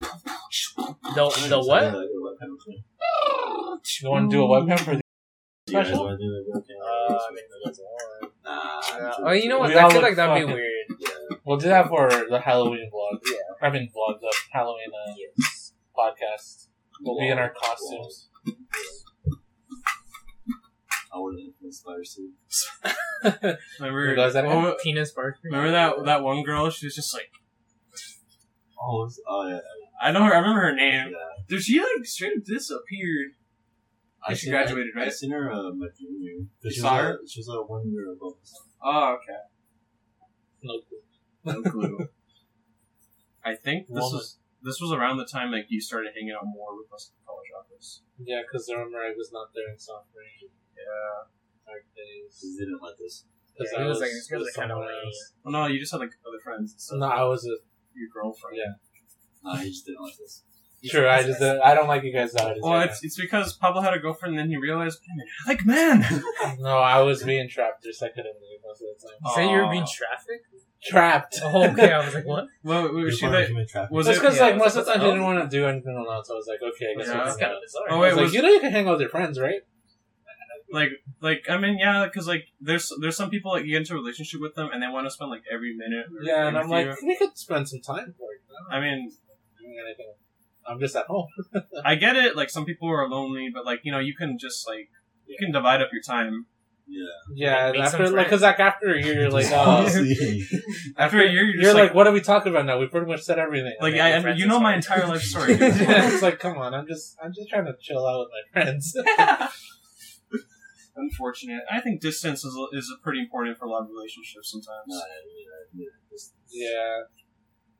The, the what? Uh, You want to do a webcam for the? Do you guys Special? wanna do the webcam? I mean, there's one. Nah. oh, you know what? We all I feel look like that'd be fucking- weird. We'll do that for the Halloween vlog. Yeah. I mean, vlog the Halloween uh, Yes. podcast. We'll be in our costumes. I wouldn't inspire Steve. Remember, You guys that oh, Penis Parker. remember that that one girl? She was just like, Oh, it's- oh yeah. I know her. I remember her name. yeah. Dude, she like straight up disappeared. I she seen graduated, her, right? I seen her uh, my junior year. You She saw was, her? A, she was a one year above us. Oh, okay. No clue. No clue. I think this Woman. was this was around the time like you started hanging out more with us at the college office. Yeah, because remember I was not there in sophomore year. Yeah. Dark days. He didn't like this. Because Yeah, I he was was, like- he was with like kinda someone lame. else. Well, no, you just had like other friends and stuff. No, I was a Your girlfriend. yeah. No, he just didn't like this. Sure, I just I don't like you guys that. I just- Well, it's, it's because Pablo had a girlfriend, and then he realized, man, I like men. no, I was being trapped. Just I couldn't leave most of the time. Oh. Say you were being trafficked? Trapped. Oh, okay. I was like, what? well, Your was she partner like? human trafficking. Was That's it? because yeah, like was most it of the time I with didn't want to do anything alone, so I was like, okay, I guess Yeah. we're That's just kind gonna. of bizarre. Oh, I wait, was like, was- you know, you can hang out with your friends, right? like like I mean yeah because like there's there's some people that you get into a relationship with them and they want to spend like every minute or Yeah, and I'm every like, few- we could spend some time for it. I mean doing anything. I'm just at home. I get it like some people are lonely but like you know you can just like you can divide up your time Yeah. Yeah, Make some after like, cause like after a year, you're like, oh, Honestly. after a year you're, you're, just like, like what are we talking about now? We pretty much said everything. like, mean, I, I friends mean, you is know my hard. entire life story dude. yeah, it's like, come on, I'm just, I'm just trying to chill out with my friends. unfortunate I think distance is is pretty important for a lot of relationships sometimes No, I mean, I mean, just- yeah,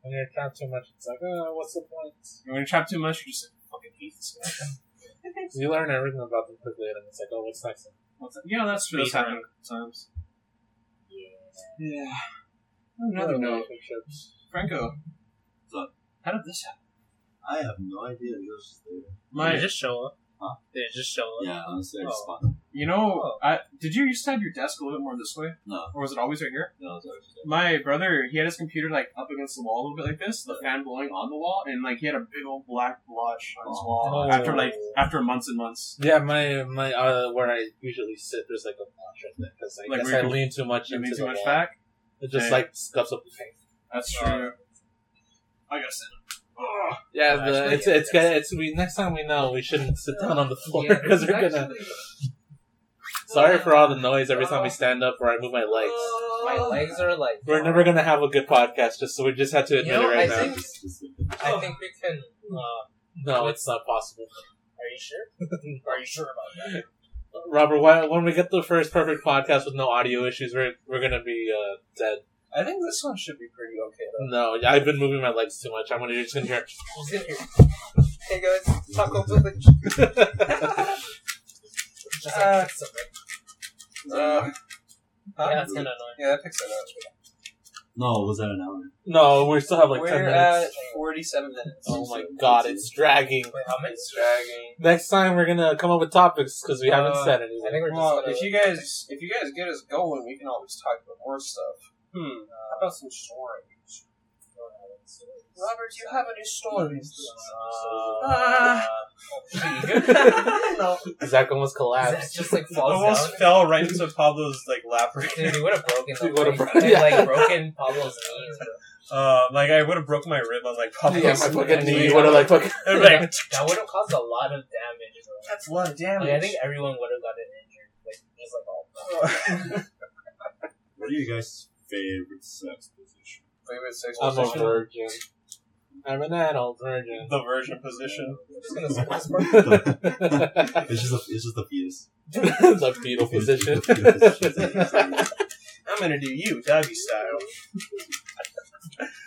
when you're trapped too much, it's like, oh, what's the point? when you're trapped too much you're just like, fucking hate this guy You learn everything about them quickly, and it's like, oh, what's next? What's that? yeah that's that's Sweetheart. happened sometimes yeah Other another note relationships. Franco What? how did this happen I have no idea. It was just there. my Did it just show up? Huh? Did it just show up? Yeah, honestly, I just Oh. spotted. You know, Oh. I, did you used to have your desk a little bit more this way, No, or was it always right here? no, it was actually there. My brother, he had his computer like up against the wall a little bit like this, the fan blowing on the wall, and like he had a big old black blotch on his Oh. wall Oh. after like after months and months. Yeah, my my uh, where I usually sit, there's like a notch right there because I Like guess where I you- lean too much You into mean the too much wall. back? It just Okay. like scuffs up the paint. That's Uh, true. I gotta sit. Ugh. Yeah, Uh, the, it's actually, yeah, it's that's- gonna it's we next time we know we shouldn't sit down on the floor Yeah, because we're it's gonna. actually- Sorry for all the noise every time we stand up or I move my legs. My legs are like. uh, We're never gonna have a good podcast. Just so we just have to admit You know, it right I now. think- Just- just- I think we can. Uh, are No, it's not possible. you sure? Are you sure about that? Robert, why, when we get the first perfect podcast with no audio issues, we're we're gonna be uh, dead. I think this one should be pretty okay. No, I've been moving my legs too much. I'm gonna just gonna hear. Who's gonna hear? Hey guys, Taco Village. Just like Uh, pizza, right? Uh, yeah, that's kind of yeah, that picks it up. No, was that an hour? No, we still have like ten minutes. forty-seven minutes. uh, Oh my god, it's dragging. annoying. Wait, how many? dragging. Next time we're gonna come up with topics because we haven't Uh, said I think anything. we're Well, just if gonna. you guys if you guys get us going, we can always talk about more stuff. Hmm. How about some stories? Robert, you have any stories? Uh, no. Zach almost Zach collapsed. just like falls Uh, Almost down. fell right into Pablo's like lap. right Dude, there. he would have broken. He would've something. broken- Like, yeah. like broken Pablo's knees. bro. Uh, like I would have broke my rib on like Pablo's. Oh, yeah, my fucking knee would have like fucking. It'd be like, That would have caused a lot of damage. Bro. That's a lot of Like, damage. I think everyone would have gotten injured. Like just like all. What are you guys' favorite sex position? Favorite sex I'm a position? virgin. I'm an adult virgin. The virgin position. I'm just gonna say this part. the It's just a, it's just the fetus. fetal position. I'm gonna do you doggy style.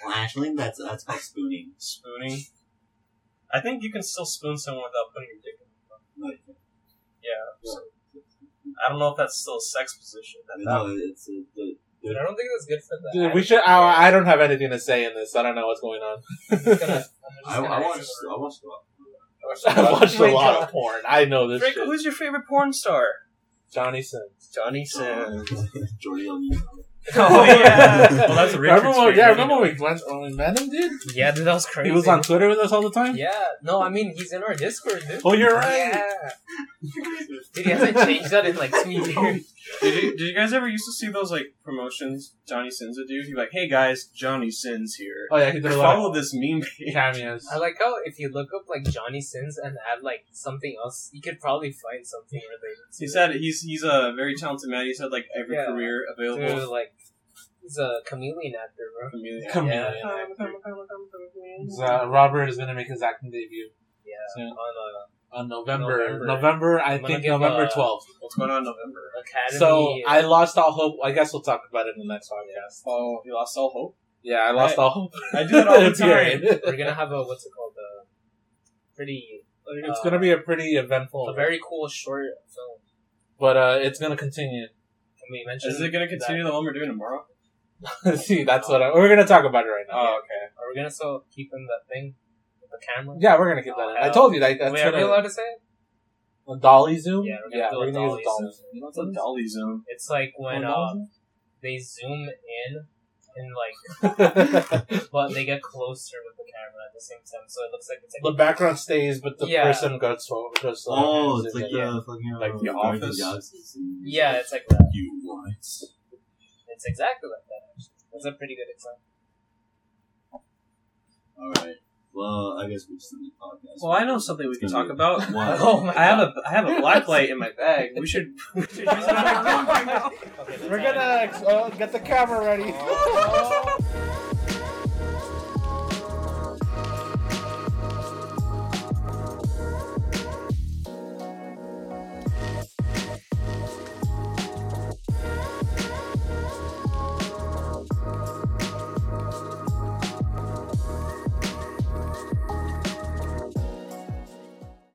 well, actually, that's that's called spooning. Spooning. I think you can still spoon someone without putting your dick in. Like, Yeah. I don't know if that's still a sex position. That, that, no, it's a, the, Dude, I don't think that's good for the. Dude, we should. I, I don't have anything to say in this. I don't know what's going on. I'm just gonna- I'm just I, gonna I watched answer I watched a lot. I watched a Franco. lot of porn. I know this Franco, shit. who's your favorite porn star? Johnny Sins. Johnny Jordy on you. oh yeah. Well, that's Richard's remember when, yeah, favorite. remember when we, went, when we met him, dude? the- Yeah, dude, that was crazy. He was on Twitter with us all the time. Yeah, no, I mean he's in our Discord, dude. Oh, you're right. Yeah. Dude, he hasn't changed that in like two years. Did you, did you guys ever used to see those like promotions Johnny Sins would do? He'd be like, "Hey guys, Johnny Sins here. Oh yeah, he did a lot Follow this meme of page." cameos. I like how if you look up like Johnny Sins and add like something else, you could probably find something related. To He it. said he's he's a very talented man. He's had like every Yeah. career Dude, available. like he's a chameleon actor, bro. Chameleon. Chameleon Yeah. actor. Uh, Robert is gonna make his acting debut Yeah, So- on uh, a on November. November. November, I I'm gonna think give November a- twelfth. What's going on in November? academy. So and- I lost all hope. I guess we'll talk about it in the next podcast. Oh, you lost all hope. Yeah, I lost all hope. I do it all the It's good. time. We're gonna have a what's it called? A pretty, uh, Like, it's gonna be a pretty eventful, a very cool short film. but uh, it's gonna continue. Can we mention? Is it going to continue the one we're doing tomorrow? See, that's what I, we're gonna talk about it right now. Oh, okay. Are we gonna still keep in that thing with the camera? Yeah, we're gonna keep that. in. I told you that. That's Wait, what are we I- allowed to say? it? a dolly zoom. Yeah, we're gonna do a dolly zoom. You know, it's a dolly zoom. It's like when Oh, uh, they zoom in and like, but they get closer with the camera at the same time, so it looks like it's the like background stays, but the Yeah. person uh, goes so goes. so- Oh, it's like yeah. the fucking Like The Guardians of Office? the Galaxy scene. yeah, it's like that. You what? It's exactly like that. Actually, that's a pretty good example. All right. Well, I guess we just end the podcast. Well, I know something we can talk about. What? Oh my I have a I have a black light in my bag. We should. We should use it. Okay, that's We're all I gonna know. uh, get the camera ready.